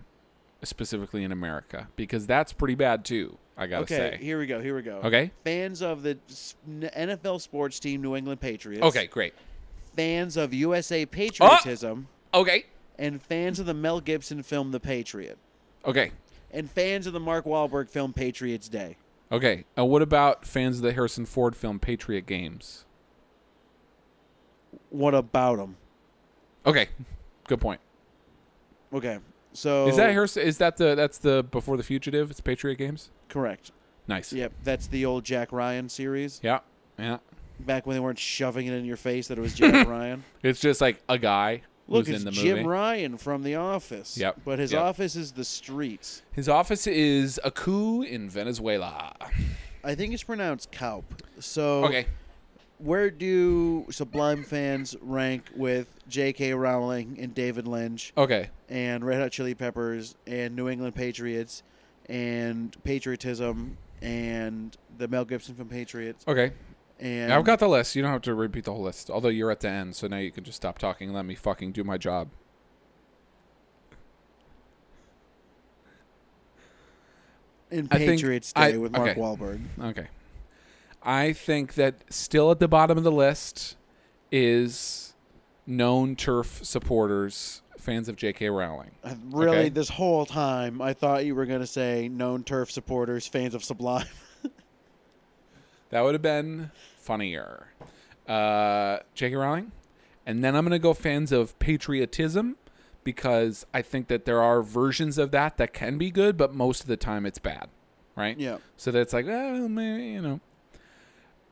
Speaker 2: specifically in America, because that's pretty bad too. I gotta say.
Speaker 1: okay, here we go. Here we go.
Speaker 2: Okay.
Speaker 1: Fans of the s- NFL sports team New England Patriots.
Speaker 2: Okay. Oh! Great.
Speaker 1: Fans of USA patriotism
Speaker 2: Okay.
Speaker 1: and fans of the Mel Gibson film The Patriot
Speaker 2: Okay.
Speaker 1: and fans of the Mark Wahlberg film Patriots Day.
Speaker 2: Okay. Uh, what about fans of the Harrison Ford film Patriot Games?
Speaker 1: What about them?
Speaker 2: Okay. Good point.
Speaker 1: Okay. So
Speaker 2: Is that Harrison? Is that the that's the Before the Fugitive? It's Patriot Games.
Speaker 1: correct?
Speaker 2: Nice.
Speaker 1: Yep, that's the old Jack Ryan series.
Speaker 2: Yeah. Yeah.
Speaker 1: Back when they weren't shoving it in your face that it was Jack Ryan.
Speaker 2: It's just like a guy
Speaker 1: Look,
Speaker 2: who's
Speaker 1: it's
Speaker 2: in the
Speaker 1: Jim
Speaker 2: movie.
Speaker 1: Ryan from The Office.
Speaker 2: Yep,
Speaker 1: But his
Speaker 2: yep.
Speaker 1: office is the streets.
Speaker 2: His office is a coup in Venezuela.
Speaker 1: Oh. I think it's pronounced Kaup. So
Speaker 2: Okay.
Speaker 1: where do Sublime fans rank with J.K. Rowling and David Lynch
Speaker 2: Okay.
Speaker 1: and Red Hot Chili Peppers and New England Patriots and patriotism and the Mel Gibson from Patriots
Speaker 2: Okay.
Speaker 1: and
Speaker 2: Oh. I've got the list. You don't have to repeat the whole list. Although you're at the end, so now you can just stop talking and let me fucking do my job.
Speaker 1: in
Speaker 2: I think-
Speaker 1: Patriots
Speaker 2: I-
Speaker 1: Day with Mark
Speaker 2: okay.
Speaker 1: Wahlberg.
Speaker 2: Okay. I think that still at the bottom of the list is known turf supporters, fans of J.K. Rowling.
Speaker 1: I- Really,
Speaker 2: Okay.
Speaker 1: this whole time I thought you were gonna say known turf supporters, fans of Sublime.
Speaker 2: That would have been funnier. Uh, J.K. Rowling. And then I'm going to go fans of patriotism because I think that there are versions of that that can be good, but most of the time it's bad. Right?
Speaker 1: yeah,
Speaker 2: So that's like, oh, maybe, you know.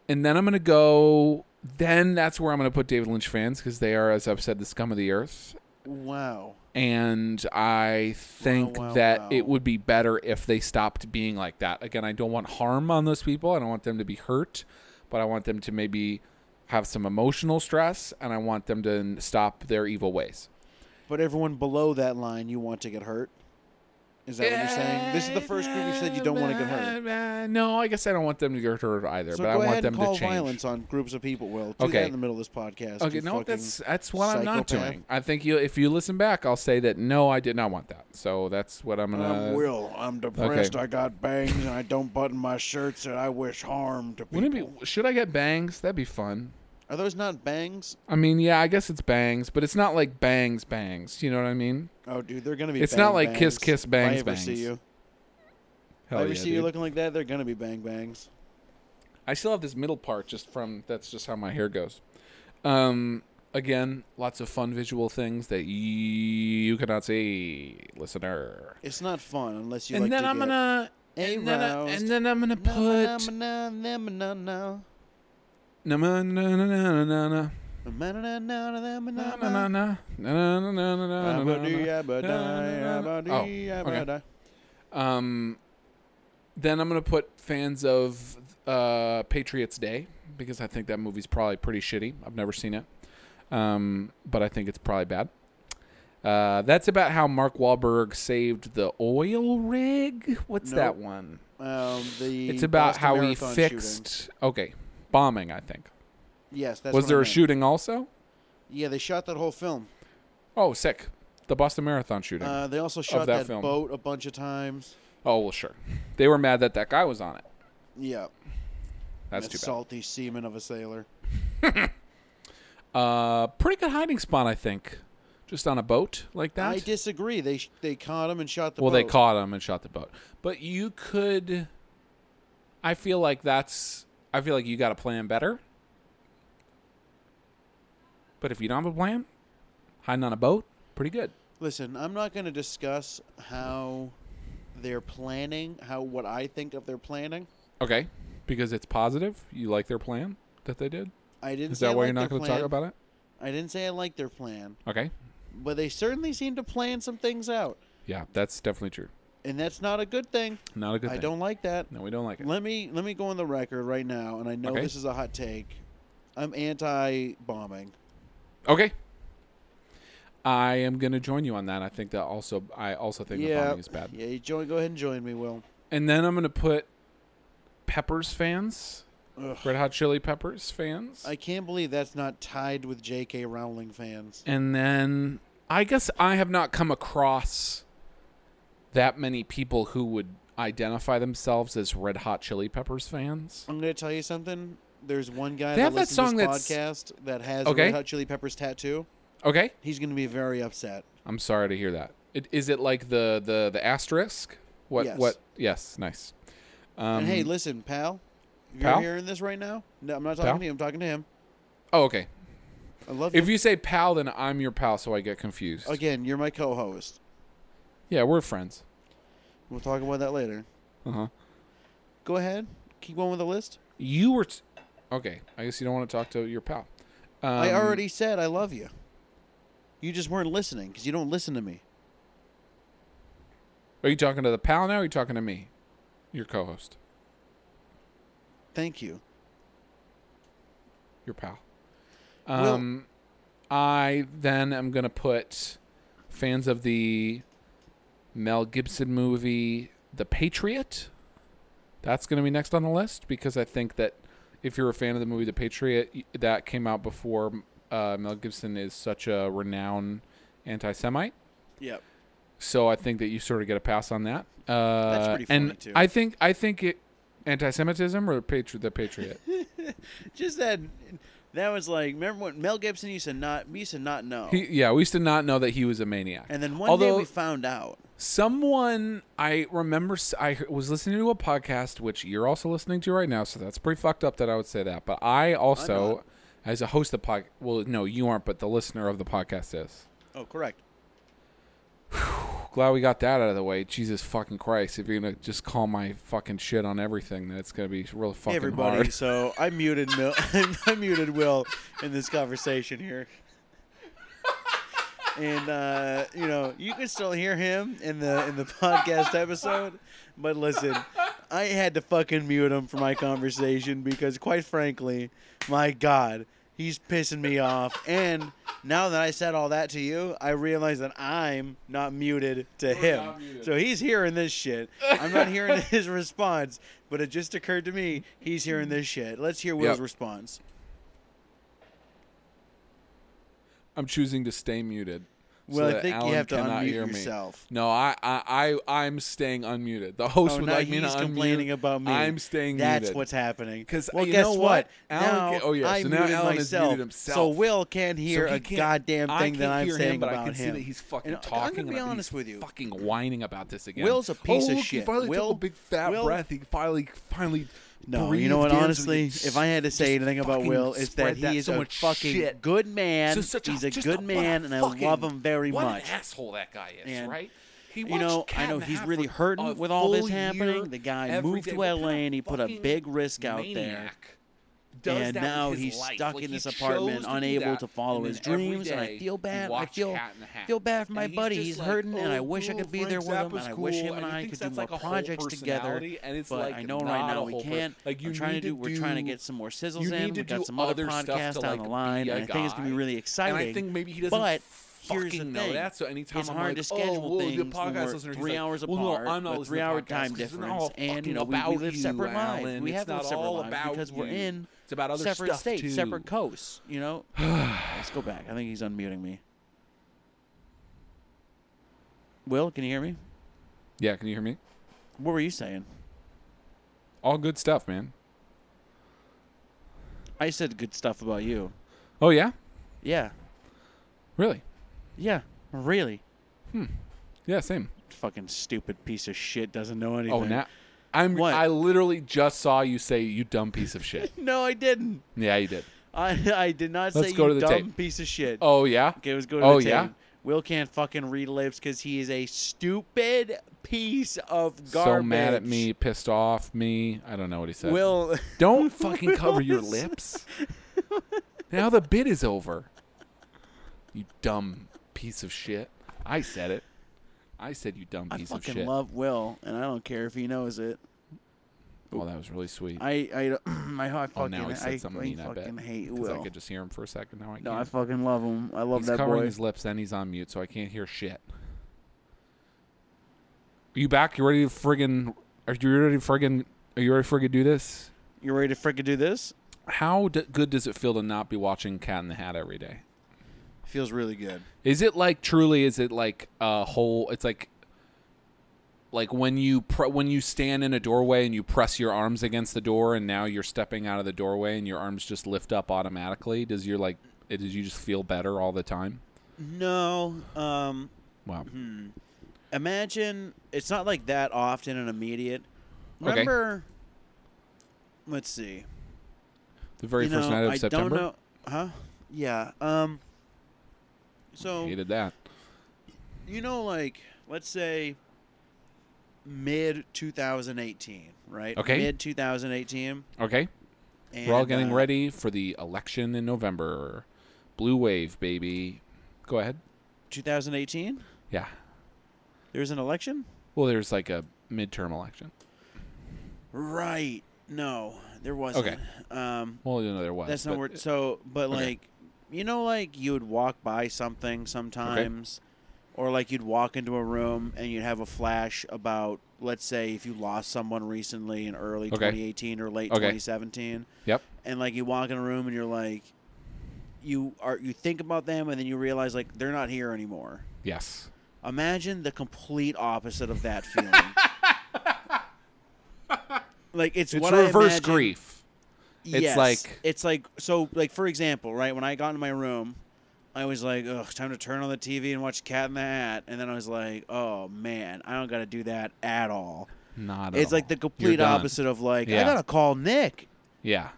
Speaker 2: And then I'm going to go. Then that's where I'm going to put David Lynch fans because they are, as I've said, the scum of the earth.
Speaker 1: wow.
Speaker 2: And I think
Speaker 1: wow,
Speaker 2: that
Speaker 1: wow.
Speaker 2: it would be better if they stopped being like that. Again, I don't want harm on those people. I don't want them to be hurt, but I want them to maybe have some emotional stress and I want them to n- stop their evil ways.
Speaker 1: But everyone below that line, you want to get hurt. Is that what you're saying? This is the first group you said you don't want to get hurt.
Speaker 2: Uh, No, I guess I don't want them to get hurt either,
Speaker 1: So
Speaker 2: but
Speaker 1: go
Speaker 2: I want
Speaker 1: ahead
Speaker 2: them
Speaker 1: and call
Speaker 2: to change.
Speaker 1: violence on groups of people. Will do
Speaker 2: Okay.
Speaker 1: that in the middle of this podcast.
Speaker 2: Okay,
Speaker 1: you
Speaker 2: no,
Speaker 1: fucking-
Speaker 2: that's that's what I'm not
Speaker 1: psychopath.
Speaker 2: doing. I think you, if you listen back, I'll say that no, I did not want that. So that's what I'm gonna.
Speaker 1: I'm Will. I'm depressed. I got bangs and I don't button my shirts and I wish harm to people.
Speaker 2: Wouldn't it be? Should I get bangs? That'd be fun.
Speaker 1: Are those not bangs?
Speaker 2: I mean, yeah, I guess it's bangs, but it's not like bangs, bangs. You know what I mean?
Speaker 1: Oh, dude, they're gonna be.
Speaker 2: It's not
Speaker 1: bang
Speaker 2: like kiss,
Speaker 1: bangs.
Speaker 2: kiss, bangs,
Speaker 1: If I ever
Speaker 2: bangs.
Speaker 1: see you, if
Speaker 2: Hell
Speaker 1: I ever
Speaker 2: yeah,
Speaker 1: see you
Speaker 2: dude.
Speaker 1: looking like that, they're gonna be bang bangs.
Speaker 2: I still have this middle part just from that's just how my hair goes. Um, again, lots of fun visual things that you cannot see, listener.
Speaker 1: It's not fun unless you
Speaker 2: And
Speaker 1: like
Speaker 2: then
Speaker 1: to
Speaker 2: I'm
Speaker 1: get
Speaker 2: gonna, and then, I,
Speaker 1: aroused.
Speaker 2: and then I'm gonna
Speaker 1: Na, na,
Speaker 2: put.
Speaker 1: na, na, na, na, na.
Speaker 2: Na na na na na na na.
Speaker 1: Na, na, na, na, na,
Speaker 2: Na,
Speaker 1: na, na,
Speaker 2: na, na, na. Na, na, na, na, na, na, na, na, na, na. Oh, okay. Um, then I'm gonna put fans of uh, Patriots Day because I think that movie's probably pretty shitty. I've never seen it, um, but I think it's probably bad. Uh, that's about how Mark Wahlberg saved the oil rig. What's
Speaker 1: Nope.
Speaker 2: that one?
Speaker 1: Um, the
Speaker 2: It's about
Speaker 1: Boston
Speaker 2: how he
Speaker 1: Marathon
Speaker 2: fixed.
Speaker 1: shooting.
Speaker 2: Okay, bombing. I think
Speaker 1: Yes, that's
Speaker 2: was
Speaker 1: what I
Speaker 2: there a
Speaker 1: meant.
Speaker 2: shooting also?
Speaker 1: Yeah, they shot that whole film.
Speaker 2: Oh, sick. The Boston Marathon shooting.
Speaker 1: Uh, they also shot
Speaker 2: that
Speaker 1: that,
Speaker 2: film.
Speaker 1: boat a bunch of times.
Speaker 2: oh well, sure. They were mad that that guy was on it.
Speaker 1: Yeah,
Speaker 2: That's
Speaker 1: that
Speaker 2: too bad.
Speaker 1: salty seaman of a sailor.
Speaker 2: Uh, pretty good hiding spot, I think. Just on a boat like that.
Speaker 1: I disagree. They sh- they caught him and shot the.
Speaker 2: well, they
Speaker 1: boat.
Speaker 2: caught him and shot the boat. But you could. I feel like that's. I feel like you got a plan better. But if you don't have a plan, hiding on a boat, pretty good.
Speaker 1: Listen, I'm not going to discuss how they're planning, how what I think of their planning.
Speaker 2: Okay, because it's positive. You like their plan that they did.
Speaker 1: I didn't.
Speaker 2: Is
Speaker 1: say
Speaker 2: that
Speaker 1: I
Speaker 2: why
Speaker 1: like
Speaker 2: you're not
Speaker 1: going
Speaker 2: going to talk about it?
Speaker 1: I didn't say I like their plan,
Speaker 2: Okay.
Speaker 1: but they certainly seem to plan some things out,
Speaker 2: Yeah, that's definitely true.
Speaker 1: and that's not a good thing.
Speaker 2: Not a good
Speaker 1: I
Speaker 2: thing.
Speaker 1: don't like that.
Speaker 2: No, we don't like it.
Speaker 1: Let me let me go on the record right now, and I know
Speaker 2: Okay.
Speaker 1: this is a hot take. I'm anti-bombing.
Speaker 2: Okay. I am going to join you on that. I think that also I also think the bombing is bad.
Speaker 1: Yeah, you join. Go ahead and join me, Will.
Speaker 2: And then I'm going to put Peppers fans,
Speaker 1: Ugh.
Speaker 2: Red Hot Chili Peppers fans.
Speaker 1: I can't believe that's not tied with J.K. Rowling fans.
Speaker 2: and then I guess I have not come across that many people who would identify themselves as Red Hot Chili Peppers fans.
Speaker 1: I'm going to tell you something. There's one guy
Speaker 2: They
Speaker 1: that
Speaker 2: have that
Speaker 1: listens
Speaker 2: song
Speaker 1: to
Speaker 2: that's-
Speaker 1: this podcast that has a
Speaker 2: Okay.
Speaker 1: Red Hot Chili Peppers tattoo.
Speaker 2: Okay?
Speaker 1: He's going to be very upset.
Speaker 2: I'm sorry to hear that. It, is it like the the the asterisk? What
Speaker 1: Yes.
Speaker 2: what? Yes, nice. Um,
Speaker 1: and hey, listen, pal. If
Speaker 2: pal?
Speaker 1: you're hearing this right now, no, I'm not talking
Speaker 2: Pal?
Speaker 1: to you. I'm talking to him.
Speaker 2: oh, okay.
Speaker 1: I love you.
Speaker 2: If you say pal, then I'm your pal, so I get confused.
Speaker 1: Again, you're my co-host.
Speaker 2: Yeah, we're friends.
Speaker 1: We'll talk about that later.
Speaker 2: Uh
Speaker 1: Uh-huh.
Speaker 2: huh.
Speaker 1: Go ahead. Keep going with the list.
Speaker 2: You were. T- okay, I guess you don't want to talk to your pal. Um,
Speaker 1: I already said I love you. You just weren't listening because you don't listen to me.
Speaker 2: Are you talking to the pal now or are you talking to me? Your co host.
Speaker 1: Thank you.
Speaker 2: Your pal.
Speaker 1: Well-
Speaker 2: Um, I then am going to put fans of the Mel Gibson movie, The Patriot. That's going to be next on the list because I think that if you're a fan of the movie The Patriot, y- that came out before uh, Mel Gibson is such a renowned anti Semite.
Speaker 1: Yep.
Speaker 2: so I think that you sort of get a pass on that. Uh,
Speaker 1: pretty funny,
Speaker 2: and
Speaker 1: too.
Speaker 2: I think I think it anti-Semitism or patri- the patriot.
Speaker 1: Just that. That was like. Remember when Mel Gibson used to not we used to not know,
Speaker 2: he, yeah, we used to not know that he was a maniac.
Speaker 1: Oh. and then one day
Speaker 2: although
Speaker 1: we found out.
Speaker 2: someone I remember s- I he- was listening to a podcast which you're also listening to right now, so that's pretty fucked up that I would say that. But I also,
Speaker 1: not.
Speaker 2: as a host of pod, well, no, you aren't, but the listener of the podcast is.
Speaker 1: Oh, correct.
Speaker 2: Glad we got that out of the way. Jesus fucking Christ! If you're gonna just call my fucking shit on everything, then it's gonna be real fucking
Speaker 1: Hey, everybody.
Speaker 2: hard.
Speaker 1: So I muted Mil- I muted Will in this conversation here. And uh, you know you can still hear him in the in the podcast episode, but listen, I had to fucking mute him for my conversation because, quite frankly, my God, he's pissing me off. And now that I said all that to you, I realize that I'm not muted to him.
Speaker 2: not muted.
Speaker 1: So he's hearing this shit. I'm not hearing his response, but it just occurred to me he's hearing this shit. Let's hear Will's
Speaker 2: Yep.
Speaker 1: response.
Speaker 2: I'm choosing to stay muted. so
Speaker 1: Well, I
Speaker 2: that
Speaker 1: think you
Speaker 2: Alan
Speaker 1: have to
Speaker 2: cannot
Speaker 1: unmute
Speaker 2: hear me.
Speaker 1: yourself.
Speaker 2: No, I, I, I, I'm staying unmuted. The host
Speaker 1: Oh,
Speaker 2: would
Speaker 1: now
Speaker 2: like me to
Speaker 1: he's complaining
Speaker 2: unmute.
Speaker 1: about me.
Speaker 2: I'm staying
Speaker 1: That's
Speaker 2: muted.
Speaker 1: what's happening.
Speaker 2: 'Cause,
Speaker 1: well,
Speaker 2: you
Speaker 1: guess
Speaker 2: know
Speaker 1: what?
Speaker 2: what? Alan
Speaker 1: now
Speaker 2: ca- oh, yeah,
Speaker 1: I
Speaker 2: so now
Speaker 1: muted
Speaker 2: Alan has
Speaker 1: myself,
Speaker 2: muted himself.
Speaker 1: So Will can't hear
Speaker 2: So he
Speaker 1: a
Speaker 2: can't-
Speaker 1: goddamn
Speaker 2: I
Speaker 1: thing that
Speaker 2: can't
Speaker 1: I'm
Speaker 2: hear him,
Speaker 1: saying
Speaker 2: but I
Speaker 1: about
Speaker 2: can see
Speaker 1: him.
Speaker 2: that he's fucking
Speaker 1: And I'm
Speaker 2: talking.
Speaker 1: gonna be
Speaker 2: about-
Speaker 1: honest
Speaker 2: he's
Speaker 1: with you.
Speaker 2: Fucking whining about this again.
Speaker 1: Will's a piece
Speaker 2: oh,
Speaker 1: of
Speaker 2: look, He
Speaker 1: shit.
Speaker 2: finally
Speaker 1: Will-
Speaker 2: took a big fat
Speaker 1: Will-
Speaker 2: breath. He finally, finally.
Speaker 1: No,
Speaker 2: breathed
Speaker 1: you know what?
Speaker 2: in, so he
Speaker 1: Honestly,
Speaker 2: could
Speaker 1: if I had to say
Speaker 2: just
Speaker 1: anything about
Speaker 2: fucking
Speaker 1: Will, it's
Speaker 2: spread
Speaker 1: that he
Speaker 2: that
Speaker 1: is
Speaker 2: so
Speaker 1: a
Speaker 2: much
Speaker 1: fucking
Speaker 2: shit.
Speaker 1: good man.
Speaker 2: Just such a-
Speaker 1: he's a
Speaker 2: just
Speaker 1: good
Speaker 2: what a
Speaker 1: man, and I
Speaker 2: fucking-
Speaker 1: love him very
Speaker 2: what
Speaker 1: much.
Speaker 2: An asshole that guy is,
Speaker 1: And,
Speaker 2: right? He
Speaker 1: you know,
Speaker 2: watched Cat
Speaker 1: I know
Speaker 2: in the
Speaker 1: he's
Speaker 2: Hat
Speaker 1: really
Speaker 2: for a
Speaker 1: hurting with all this
Speaker 2: full year
Speaker 1: happening. The guy
Speaker 2: every
Speaker 1: moved
Speaker 2: day.
Speaker 1: to
Speaker 2: What kind of
Speaker 1: LA and he put a
Speaker 2: fucking
Speaker 1: big risk out there.
Speaker 2: maniac does
Speaker 1: and
Speaker 2: that
Speaker 1: now
Speaker 2: with his
Speaker 1: he's
Speaker 2: life?
Speaker 1: stuck
Speaker 2: Like,
Speaker 1: in
Speaker 2: he
Speaker 1: this apartment,
Speaker 2: chose do
Speaker 1: unable
Speaker 2: that,
Speaker 1: to follow
Speaker 2: and
Speaker 1: his
Speaker 2: then every
Speaker 1: dreams, and I
Speaker 2: day
Speaker 1: feel
Speaker 2: he
Speaker 1: bad. I
Speaker 2: watched
Speaker 1: feel-
Speaker 2: Cat in the Hat.
Speaker 1: feel bad for my
Speaker 2: And he's
Speaker 1: buddy.
Speaker 2: just
Speaker 1: He's
Speaker 2: like,
Speaker 1: hurting, and
Speaker 2: "Oh,
Speaker 1: I wish I
Speaker 2: cool,
Speaker 1: could be there
Speaker 2: Frank
Speaker 1: with
Speaker 2: Zappa's
Speaker 1: him, and I wish him
Speaker 2: cool,"
Speaker 1: and
Speaker 2: he
Speaker 1: I
Speaker 2: thinks
Speaker 1: could do
Speaker 2: that's
Speaker 1: more
Speaker 2: like a whole
Speaker 1: projects together.
Speaker 2: personality, And it's
Speaker 1: but
Speaker 2: like
Speaker 1: I know
Speaker 2: not
Speaker 1: right
Speaker 2: a
Speaker 1: now we
Speaker 2: whole per-
Speaker 1: can't.
Speaker 2: Like you
Speaker 1: I'm trying
Speaker 2: need
Speaker 1: to do. We're trying to get some more sizzles
Speaker 2: you
Speaker 1: in.
Speaker 2: need to
Speaker 1: we got
Speaker 2: do
Speaker 1: some other
Speaker 2: other stuff
Speaker 1: podcasts
Speaker 2: to,
Speaker 1: down
Speaker 2: like,
Speaker 1: the line,
Speaker 2: be a
Speaker 1: and I think it's gonna be
Speaker 2: guy.
Speaker 1: really
Speaker 2: And
Speaker 1: exciting.
Speaker 2: I think maybe he doesn't
Speaker 1: But here's the
Speaker 2: fucking know
Speaker 1: thing.
Speaker 2: that. So anytime
Speaker 1: it's
Speaker 2: I'm
Speaker 1: hard
Speaker 2: like,
Speaker 1: to schedule
Speaker 2: oh, well,
Speaker 1: things
Speaker 2: your
Speaker 1: when
Speaker 2: podcast
Speaker 1: we're
Speaker 2: listeners,
Speaker 1: three
Speaker 2: he's like,
Speaker 1: hours
Speaker 2: well, no,
Speaker 1: apart
Speaker 2: I'm not
Speaker 1: with
Speaker 2: listening
Speaker 1: three
Speaker 2: to
Speaker 1: hour
Speaker 2: podcasts
Speaker 1: time
Speaker 2: 'cause it's not
Speaker 1: difference,
Speaker 2: all
Speaker 1: and you
Speaker 2: fucking
Speaker 1: know we, we
Speaker 2: about
Speaker 1: live
Speaker 2: you,
Speaker 1: separate lives.
Speaker 2: Alan.
Speaker 1: We
Speaker 2: It's
Speaker 1: have those
Speaker 2: not
Speaker 1: separate
Speaker 2: all
Speaker 1: lives
Speaker 2: about
Speaker 1: because we're
Speaker 2: you.
Speaker 1: in
Speaker 2: It's about other
Speaker 1: separate
Speaker 2: stuff,
Speaker 1: states,
Speaker 2: too.
Speaker 1: separate coasts. You know, let's go back. I think he's unmuting me. Will, can you hear me?
Speaker 2: Yeah, can you hear me?
Speaker 1: What were you saying?
Speaker 2: All good stuff, man.
Speaker 1: I said good stuff about you.
Speaker 2: Oh yeah,
Speaker 1: Yeah,
Speaker 2: really?
Speaker 1: yeah, really.
Speaker 2: Yeah, same.
Speaker 1: Fucking stupid piece of shit doesn't know anything.
Speaker 2: Oh, now I'm.
Speaker 1: What?
Speaker 2: I literally just saw you say you dumb piece of shit.
Speaker 1: No, I didn't.
Speaker 2: yeah, you did.
Speaker 1: I I did not
Speaker 2: Let's
Speaker 1: say
Speaker 2: go
Speaker 1: you
Speaker 2: to the
Speaker 1: dumb
Speaker 2: tape.
Speaker 1: piece of shit.
Speaker 2: Oh yeah.
Speaker 1: Okay, let's go to
Speaker 2: Oh,
Speaker 1: the
Speaker 2: yeah?
Speaker 1: tape. Will can't fucking read lips because he is a stupid piece of garbage.
Speaker 2: So mad at me, pissed off me. I don't know what he said.
Speaker 1: Will,
Speaker 2: Don't fucking cover your
Speaker 1: Will's-
Speaker 2: lips. now the bit is over. You dumb piece of shit. I said it. I said you dumb
Speaker 1: I
Speaker 2: piece of
Speaker 1: fucking
Speaker 2: shit.
Speaker 1: love Will, and I don't care if he knows it.
Speaker 2: well, that was really sweet.
Speaker 1: I I don't- I, I fucking
Speaker 2: oh, now he said
Speaker 1: I,
Speaker 2: something
Speaker 1: I
Speaker 2: mean. I
Speaker 1: fucking
Speaker 2: bet.
Speaker 1: hate
Speaker 2: 'Cause
Speaker 1: Will.
Speaker 2: I could just hear him for a second. Now I
Speaker 1: no, I
Speaker 2: can't.
Speaker 1: fucking love him. I love
Speaker 2: he's
Speaker 1: that
Speaker 2: covering
Speaker 1: boy.
Speaker 2: his lips and he's on mute, so I can't hear shit. You back? You ready to friggin'? Are you ready to friggin'? Are you ready to friggin' do this?
Speaker 1: you ready to freaking do this?
Speaker 2: How d- good does it feel to not be watching Cat in the Hat every day?
Speaker 1: Feels really good.
Speaker 2: Is it like truly? Is it like a whole? It's like like when you pre- when you stand in a doorway and you press your arms against the door, and now you're stepping out of the doorway, and your arms just lift up automatically. Does your like? it- Does you just feel better all the time?
Speaker 1: No, um,
Speaker 2: Wow.
Speaker 1: imagine it's not like that often and immediate.
Speaker 2: Okay.
Speaker 1: Remember, let's see.
Speaker 2: The very
Speaker 1: you
Speaker 2: first
Speaker 1: know,
Speaker 2: night of
Speaker 1: I
Speaker 2: September.
Speaker 1: don't know, huh? Yeah. Um. So
Speaker 2: Hated that.
Speaker 1: you know, like let's say mid 2018, right?
Speaker 2: Okay.
Speaker 1: Mid 2018.
Speaker 2: Okay.
Speaker 1: And,
Speaker 2: We're all getting
Speaker 1: uh,
Speaker 2: ready for the election in November. Blue wave, baby. Go ahead.
Speaker 1: 2018.
Speaker 2: Yeah.
Speaker 1: There's an election.
Speaker 2: Well, there's like a midterm election.
Speaker 1: Right. No, there wasn't.
Speaker 2: Okay.
Speaker 1: Um.
Speaker 2: Well, you know there was.
Speaker 1: That's not
Speaker 2: but-
Speaker 1: where. So, but
Speaker 2: okay.
Speaker 1: like, you know, like you would walk by something sometimes, or like you'd walk into a room and you'd have a flash about, let's say, if you lost someone recently in early
Speaker 2: Okay.
Speaker 1: 2018 or late
Speaker 2: Okay.
Speaker 1: 2017,
Speaker 2: Yep.
Speaker 1: and like you walk in a room and you're like, you are you think about them and then you realize like they're not here anymore.
Speaker 2: Yes.
Speaker 1: Imagine the complete opposite of that feeling. like it's,
Speaker 2: It's
Speaker 1: what I
Speaker 2: reverse
Speaker 1: imagine-
Speaker 2: grief. It's
Speaker 1: Yes.
Speaker 2: like-
Speaker 1: it's like so like for example, right when I got in my room, I was like, "Ugh, time to turn on the TV and watch Cat in the Hat," and then I was like, "Oh man, I don't got to do that at all."
Speaker 2: Not. at
Speaker 1: It's like
Speaker 2: all.
Speaker 1: the
Speaker 2: You're
Speaker 1: complete
Speaker 2: done.
Speaker 1: opposite of like I
Speaker 2: Yeah.
Speaker 1: gotta call Nick.
Speaker 2: Yeah.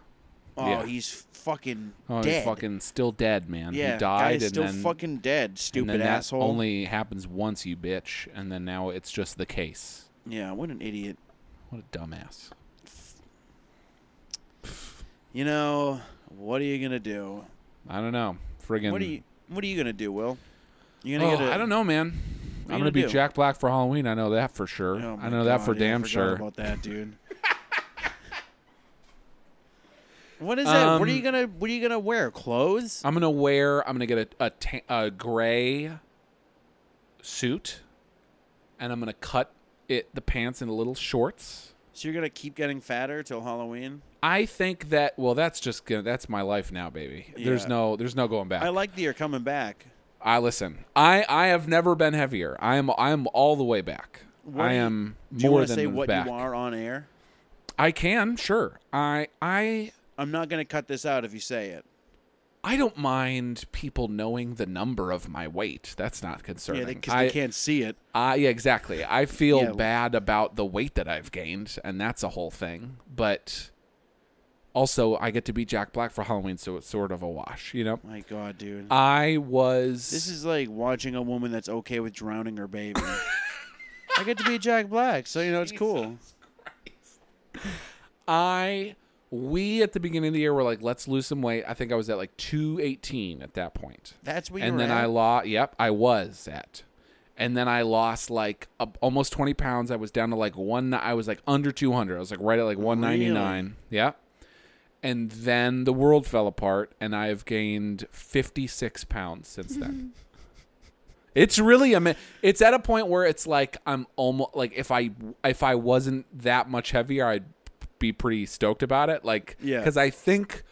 Speaker 1: Oh,
Speaker 2: Yeah.
Speaker 1: he's fucking
Speaker 2: Oh,
Speaker 1: dead.
Speaker 2: he's fucking still dead, man.
Speaker 1: yeah,
Speaker 2: he died,
Speaker 1: guy's
Speaker 2: and
Speaker 1: still
Speaker 2: then
Speaker 1: fucking dead.
Speaker 2: and
Speaker 1: Stupid
Speaker 2: then that
Speaker 1: asshole.
Speaker 2: only happens once, you bitch. And then now it's just the case.
Speaker 1: yeah, what an idiot.
Speaker 2: What a dumbass.
Speaker 1: You know what are you gonna do?
Speaker 2: I don't know. Friggin'.
Speaker 1: What are you What are you gonna do, Will? You
Speaker 2: Oh,
Speaker 1: gonna get a,
Speaker 2: I don't know, man.
Speaker 1: What
Speaker 2: I'm
Speaker 1: you
Speaker 2: gonna be
Speaker 1: do?
Speaker 2: Jack Black for Halloween. I know that for sure.
Speaker 1: Oh my
Speaker 2: I know that
Speaker 1: God,
Speaker 2: for
Speaker 1: yeah, I
Speaker 2: damn
Speaker 1: forgot
Speaker 2: sure.
Speaker 1: About that, dude. what is that? what are you
Speaker 2: Um, uh,
Speaker 1: gonna What are you gonna wear? Clothes?
Speaker 2: I'm gonna wear. I'm gonna get a a, ta- a gray suit, and I'm gonna cut it the pants into little shorts.
Speaker 1: so you're gonna keep getting fatter till Halloween?
Speaker 2: I think that well, that's just gonna that's my life now, baby. There's
Speaker 1: Yeah.
Speaker 2: no there's no going back.
Speaker 1: I like that you're coming back.
Speaker 2: I listen. I I have never been heavier. I am I am all the way back.
Speaker 1: What
Speaker 2: I
Speaker 1: do you-
Speaker 2: am
Speaker 1: Do you
Speaker 2: more
Speaker 1: want to
Speaker 2: than
Speaker 1: say what
Speaker 2: back.
Speaker 1: you are on air?
Speaker 2: I can sure. I I
Speaker 1: I'm not gonna cut this out if you say it.
Speaker 2: I don't mind people knowing the number of my weight. That's not
Speaker 1: Yeah,
Speaker 2: concerning.
Speaker 1: because
Speaker 2: I,
Speaker 1: they can't see it.
Speaker 2: I- yeah, exactly. I feel
Speaker 1: Yeah.
Speaker 2: bad about the weight that I've gained, and that's a whole thing. But also, I get to be Jack Black for Halloween, so it's sort of a wash, you know?
Speaker 1: My God, dude.
Speaker 2: I was.
Speaker 1: this is like watching a woman that's okay with drowning her baby. I get to be Jack Black, so you know it's cool.
Speaker 2: I. We at the beginning of the year were like, let's lose some weight. I think I was at like 218 at that point.
Speaker 1: That's what you
Speaker 2: and
Speaker 1: were
Speaker 2: then
Speaker 1: at?
Speaker 2: I lost. Yep, I was at. And then I lost like a, almost twenty pounds. I was down to like one. I was like under two hundred. I was like right at like one ninety nine. Yep. And then the world fell apart, and I have gained fifty six pounds since then. It's really ama- it's at a point where it's like I'm almost like if I if I wasn't that much heavier I'd be pretty stoked about it like
Speaker 1: Yeah.
Speaker 2: cuz I think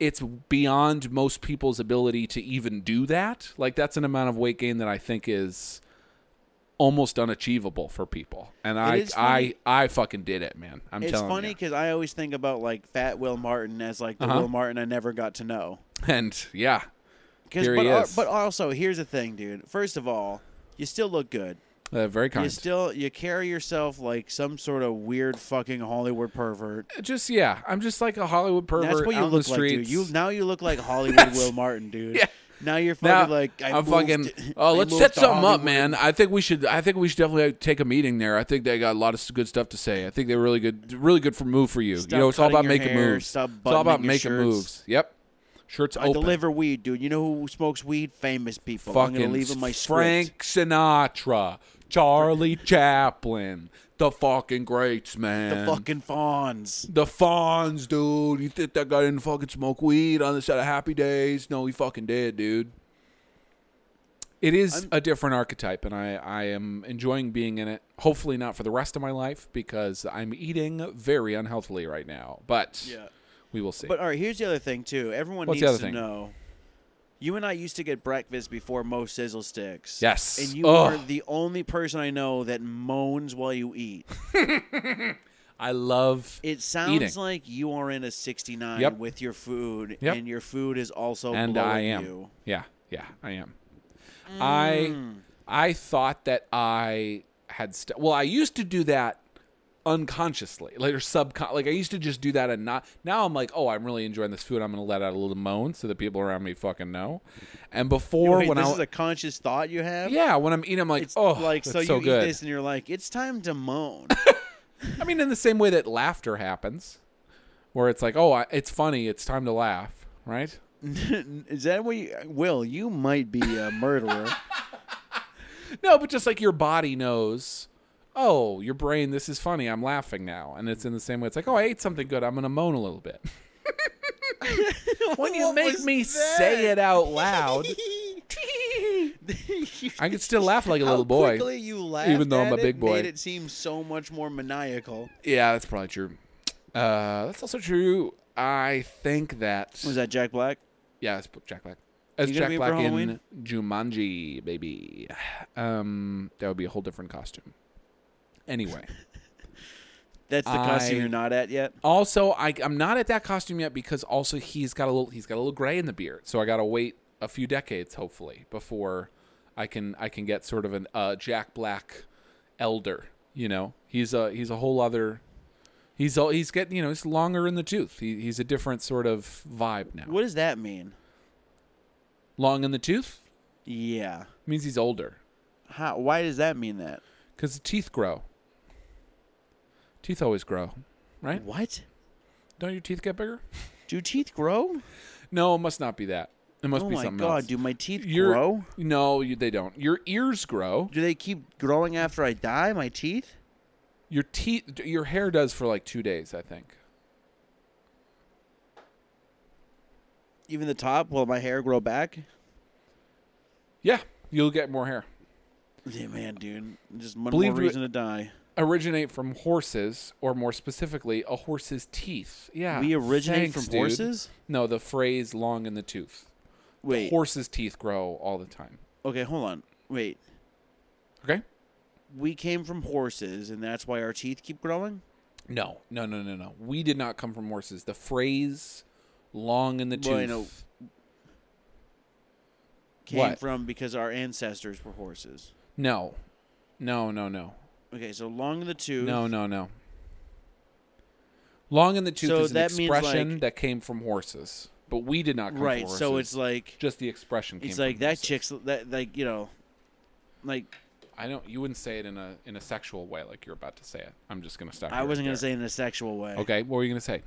Speaker 2: it's beyond most people's ability to even do that. Like that's an amount of weight gain that I think is almost unachievable for people. And I
Speaker 1: is
Speaker 2: I
Speaker 1: funny.
Speaker 2: I fucking did it, man. I'm
Speaker 1: It's
Speaker 2: telling
Speaker 1: funny
Speaker 2: you.
Speaker 1: because I always think about like Fat Will Martin as like the
Speaker 2: Uh-huh.
Speaker 1: Will Martin I never got to know.
Speaker 2: And yeah.
Speaker 1: Because
Speaker 2: Here
Speaker 1: but
Speaker 2: he
Speaker 1: al-
Speaker 2: is.
Speaker 1: but also here's the thing, dude. First of all, you still look good.
Speaker 2: Uh, very kind.
Speaker 1: You still you carry yourself like some sort of weird fucking Hollywood pervert.
Speaker 2: just yeah, I'm just like a Hollywood pervert
Speaker 1: That's what you
Speaker 2: out in
Speaker 1: look
Speaker 2: the
Speaker 1: like,
Speaker 2: streets.
Speaker 1: dude. You now you look like Hollywood Will Martin, dude.
Speaker 2: Yeah.
Speaker 1: Now you're
Speaker 2: Now,
Speaker 1: fucking like I
Speaker 2: I'm
Speaker 1: moved-
Speaker 2: fucking. Oh,
Speaker 1: I
Speaker 2: let's
Speaker 1: moved
Speaker 2: set
Speaker 1: to
Speaker 2: something up,
Speaker 1: Hollywood.
Speaker 2: man. I think we should. I think we should definitely take a meeting there. I think they got a lot of good stuff to say. I think they're really good. Really good for move for you.
Speaker 1: Stop
Speaker 2: you know, it's all
Speaker 1: cutting
Speaker 2: about
Speaker 1: your
Speaker 2: making
Speaker 1: hair,
Speaker 2: moves.
Speaker 1: stop
Speaker 2: it's all about
Speaker 1: buttoning your
Speaker 2: making
Speaker 1: shirts.
Speaker 2: moves. Yep. Shirts
Speaker 1: I
Speaker 2: open.
Speaker 1: deliver weed, dude. You know who smokes weed? Famous people. I'm
Speaker 2: Fucking
Speaker 1: gonna leave in my script.
Speaker 2: Frank Sinatra, Charlie Chaplin, the fucking greats,
Speaker 1: the
Speaker 2: man.
Speaker 1: fucking fawns.
Speaker 2: The Fonz, dude. You think that guy didn't fucking smoke weed on the set of Happy Days? No, he fucking did, dude. It is a different archetype, and I, I am enjoying being in it. Hopefully, not for the rest of my life because I'm eating very unhealthily right now. But
Speaker 1: Yeah.
Speaker 2: we will see.
Speaker 1: But all right, here's the other thing too. Everyone
Speaker 2: What's the
Speaker 1: needs
Speaker 2: other
Speaker 1: to
Speaker 2: thing?
Speaker 1: know. You and I used to get breakfast before Mo Sizzle sticks.
Speaker 2: Yes.
Speaker 1: And you
Speaker 2: Ugh.
Speaker 1: are the only person I know that moans while you eat.
Speaker 2: I love
Speaker 1: It sounds
Speaker 2: Eating.
Speaker 1: like you are in a 69
Speaker 2: Yep.
Speaker 1: with your food,
Speaker 2: Yep.
Speaker 1: and your food is also
Speaker 2: and
Speaker 1: blowing
Speaker 2: I am.
Speaker 1: you.
Speaker 2: Yeah, yeah, I am. I I thought that I had st- well, I used to do that unconsciously, like or subcon. Like I used to just do that and not. Now I'm like, oh, I'm really enjoying this food. I'm gonna let out a little moan so the people around me fucking know. And before
Speaker 1: Wait,
Speaker 2: when
Speaker 1: this
Speaker 2: I
Speaker 1: is a conscious thought you have.
Speaker 2: yeah, when I'm eating, I'm like,
Speaker 1: It's
Speaker 2: oh,
Speaker 1: like
Speaker 2: that's
Speaker 1: so you
Speaker 2: so
Speaker 1: eat
Speaker 2: good.
Speaker 1: this and you're like, it's time to moan.
Speaker 2: I mean, in the same way that laughter happens, where it's like, oh, I, it's funny. It's time to laugh, right?
Speaker 1: is that what you Will? You might be a murderer.
Speaker 2: No, but just like your body knows, oh, your brain, this is funny. I'm laughing now. And it's in the same way. It's like, oh, I ate something good. I'm going to moan a little bit. when you
Speaker 1: What
Speaker 2: make
Speaker 1: was
Speaker 2: me
Speaker 1: that?
Speaker 2: say it out loud, I can still laugh like a little
Speaker 1: How
Speaker 2: boy.
Speaker 1: quickly you laughed
Speaker 2: even though I'm
Speaker 1: at
Speaker 2: a
Speaker 1: it
Speaker 2: big boy.
Speaker 1: made it seem so much more maniacal.
Speaker 2: Yeah, that's probably true. Uh, that's also true. I think that.
Speaker 1: Was that Jack Black?
Speaker 2: Yeah, it's Jack Black. It's
Speaker 1: You gonna
Speaker 2: Jack
Speaker 1: be for
Speaker 2: Black in
Speaker 1: Halloween?
Speaker 2: Jumanji, baby. Um, that would be a whole different costume. Anyway.
Speaker 1: That's the costume
Speaker 2: I-
Speaker 1: you're not at yet.
Speaker 2: Also, I, I'm not at that costume yet because also he's got a little he's got a little gray in the beard, so I gotta wait a few decades hopefully before I can I can get sort of an uh, Jack Black elder. You know, he's a he's a whole other he's all he's getting you know he's longer in the tooth. He, he's a different sort of vibe now.
Speaker 1: What does that mean?
Speaker 2: Long in the tooth
Speaker 1: Yeah.
Speaker 2: means he's older
Speaker 1: How, why does that mean that?
Speaker 2: because the teeth grow. Teeth always grow, right?
Speaker 1: What?
Speaker 2: Don't your teeth get bigger?
Speaker 1: Do teeth grow?
Speaker 2: No, it must not be that. It must
Speaker 1: oh
Speaker 2: be
Speaker 1: my
Speaker 2: something
Speaker 1: god,
Speaker 2: else.
Speaker 1: do my teeth
Speaker 2: Your-
Speaker 1: grow?
Speaker 2: No, you, they don't. Your ears grow.
Speaker 1: Do they keep growing after I die? My teeth?
Speaker 2: Your teeth, your hair does for like two days, I think.
Speaker 1: Even the top? Will my hair grow back?
Speaker 2: Yeah, you'll get more hair.
Speaker 1: Yeah, man, dude. Just one
Speaker 2: Believe
Speaker 1: more
Speaker 2: you-
Speaker 1: reason to die.
Speaker 2: Originate from horses, or more specifically, a horse's teeth. Yeah,
Speaker 1: we originate
Speaker 2: Ah, thanks,
Speaker 1: from
Speaker 2: dude.
Speaker 1: horses?
Speaker 2: No, the phrase "long in the tooth."
Speaker 1: Wait.
Speaker 2: Horses' teeth grow all the time.
Speaker 1: okay, hold on. Wait.
Speaker 2: Okay.
Speaker 1: We came from horses, and that's why our teeth keep growing?
Speaker 2: No, no, no, no, no. We did not come from horses. The phrase "long in the tooth."
Speaker 1: Well, I know. Came
Speaker 2: What?
Speaker 1: from because our ancestors were horses.
Speaker 2: No, no, no, no.
Speaker 1: Okay, so long in the tooth.
Speaker 2: No, no, no. Long in the tooth
Speaker 1: So
Speaker 2: is an
Speaker 1: that means,
Speaker 2: expression
Speaker 1: like-
Speaker 2: that came from horses, but we did not come
Speaker 1: Right,
Speaker 2: from horses.
Speaker 1: so it's like
Speaker 2: just the expression. Came
Speaker 1: it's like
Speaker 2: from
Speaker 1: that
Speaker 2: horses.
Speaker 1: chick's that like you know, like
Speaker 2: I don't. You wouldn't say it in a in a sexual way, like you're about to say it. I'm just gonna stop. you
Speaker 1: I
Speaker 2: right
Speaker 1: wasn't gonna
Speaker 2: there.
Speaker 1: say it in a sexual way.
Speaker 2: Okay, what were you gonna say?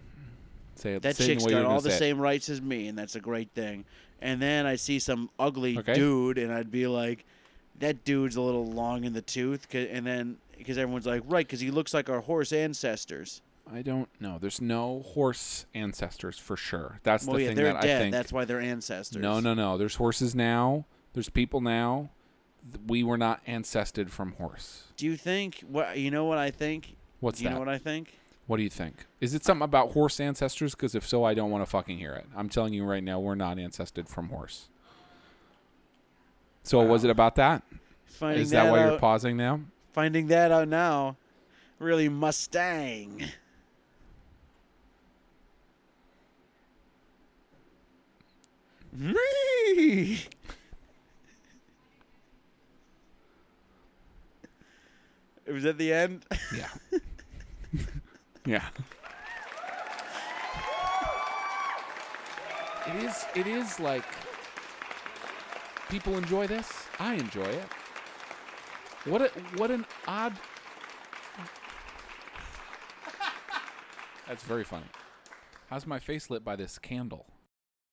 Speaker 2: Say it.
Speaker 1: That
Speaker 2: say it in
Speaker 1: chick's
Speaker 2: the way you
Speaker 1: got
Speaker 2: were
Speaker 1: all
Speaker 2: gonna
Speaker 1: the
Speaker 2: say it.
Speaker 1: same rights as me, and that's a great thing. And then I see some ugly
Speaker 2: Okay.
Speaker 1: dude, and I'd be like, that dude's a little long in the tooth. 'Cause- and then because everyone's like, right, because he looks like our horse ancestors.
Speaker 2: I don't know. There's no horse ancestors for sure. That's
Speaker 1: Well,
Speaker 2: the
Speaker 1: yeah,
Speaker 2: thing
Speaker 1: they're
Speaker 2: that I
Speaker 1: dead.
Speaker 2: think.
Speaker 1: That's why they're ancestors.
Speaker 2: no, no, no. There's horses now. There's people now. th- we were not ancested from horse.
Speaker 1: Do you think what you know what I think?
Speaker 2: What's
Speaker 1: do you
Speaker 2: that?
Speaker 1: know what I think?
Speaker 2: What do you think? Is it something about horse ancestors? Because if so, I don't want to fucking hear it. I'm telling you right now, we're not ancested from horse. So was it about that?
Speaker 1: Finding
Speaker 2: Is that, why
Speaker 1: out,
Speaker 2: you're pausing now?
Speaker 1: finding that out now really Mustang. Me. Was that the end?
Speaker 2: Yeah. yeah. It is it is like people enjoy this. I enjoy it. What a what an odd That's very funny. How's my face lit by this candle?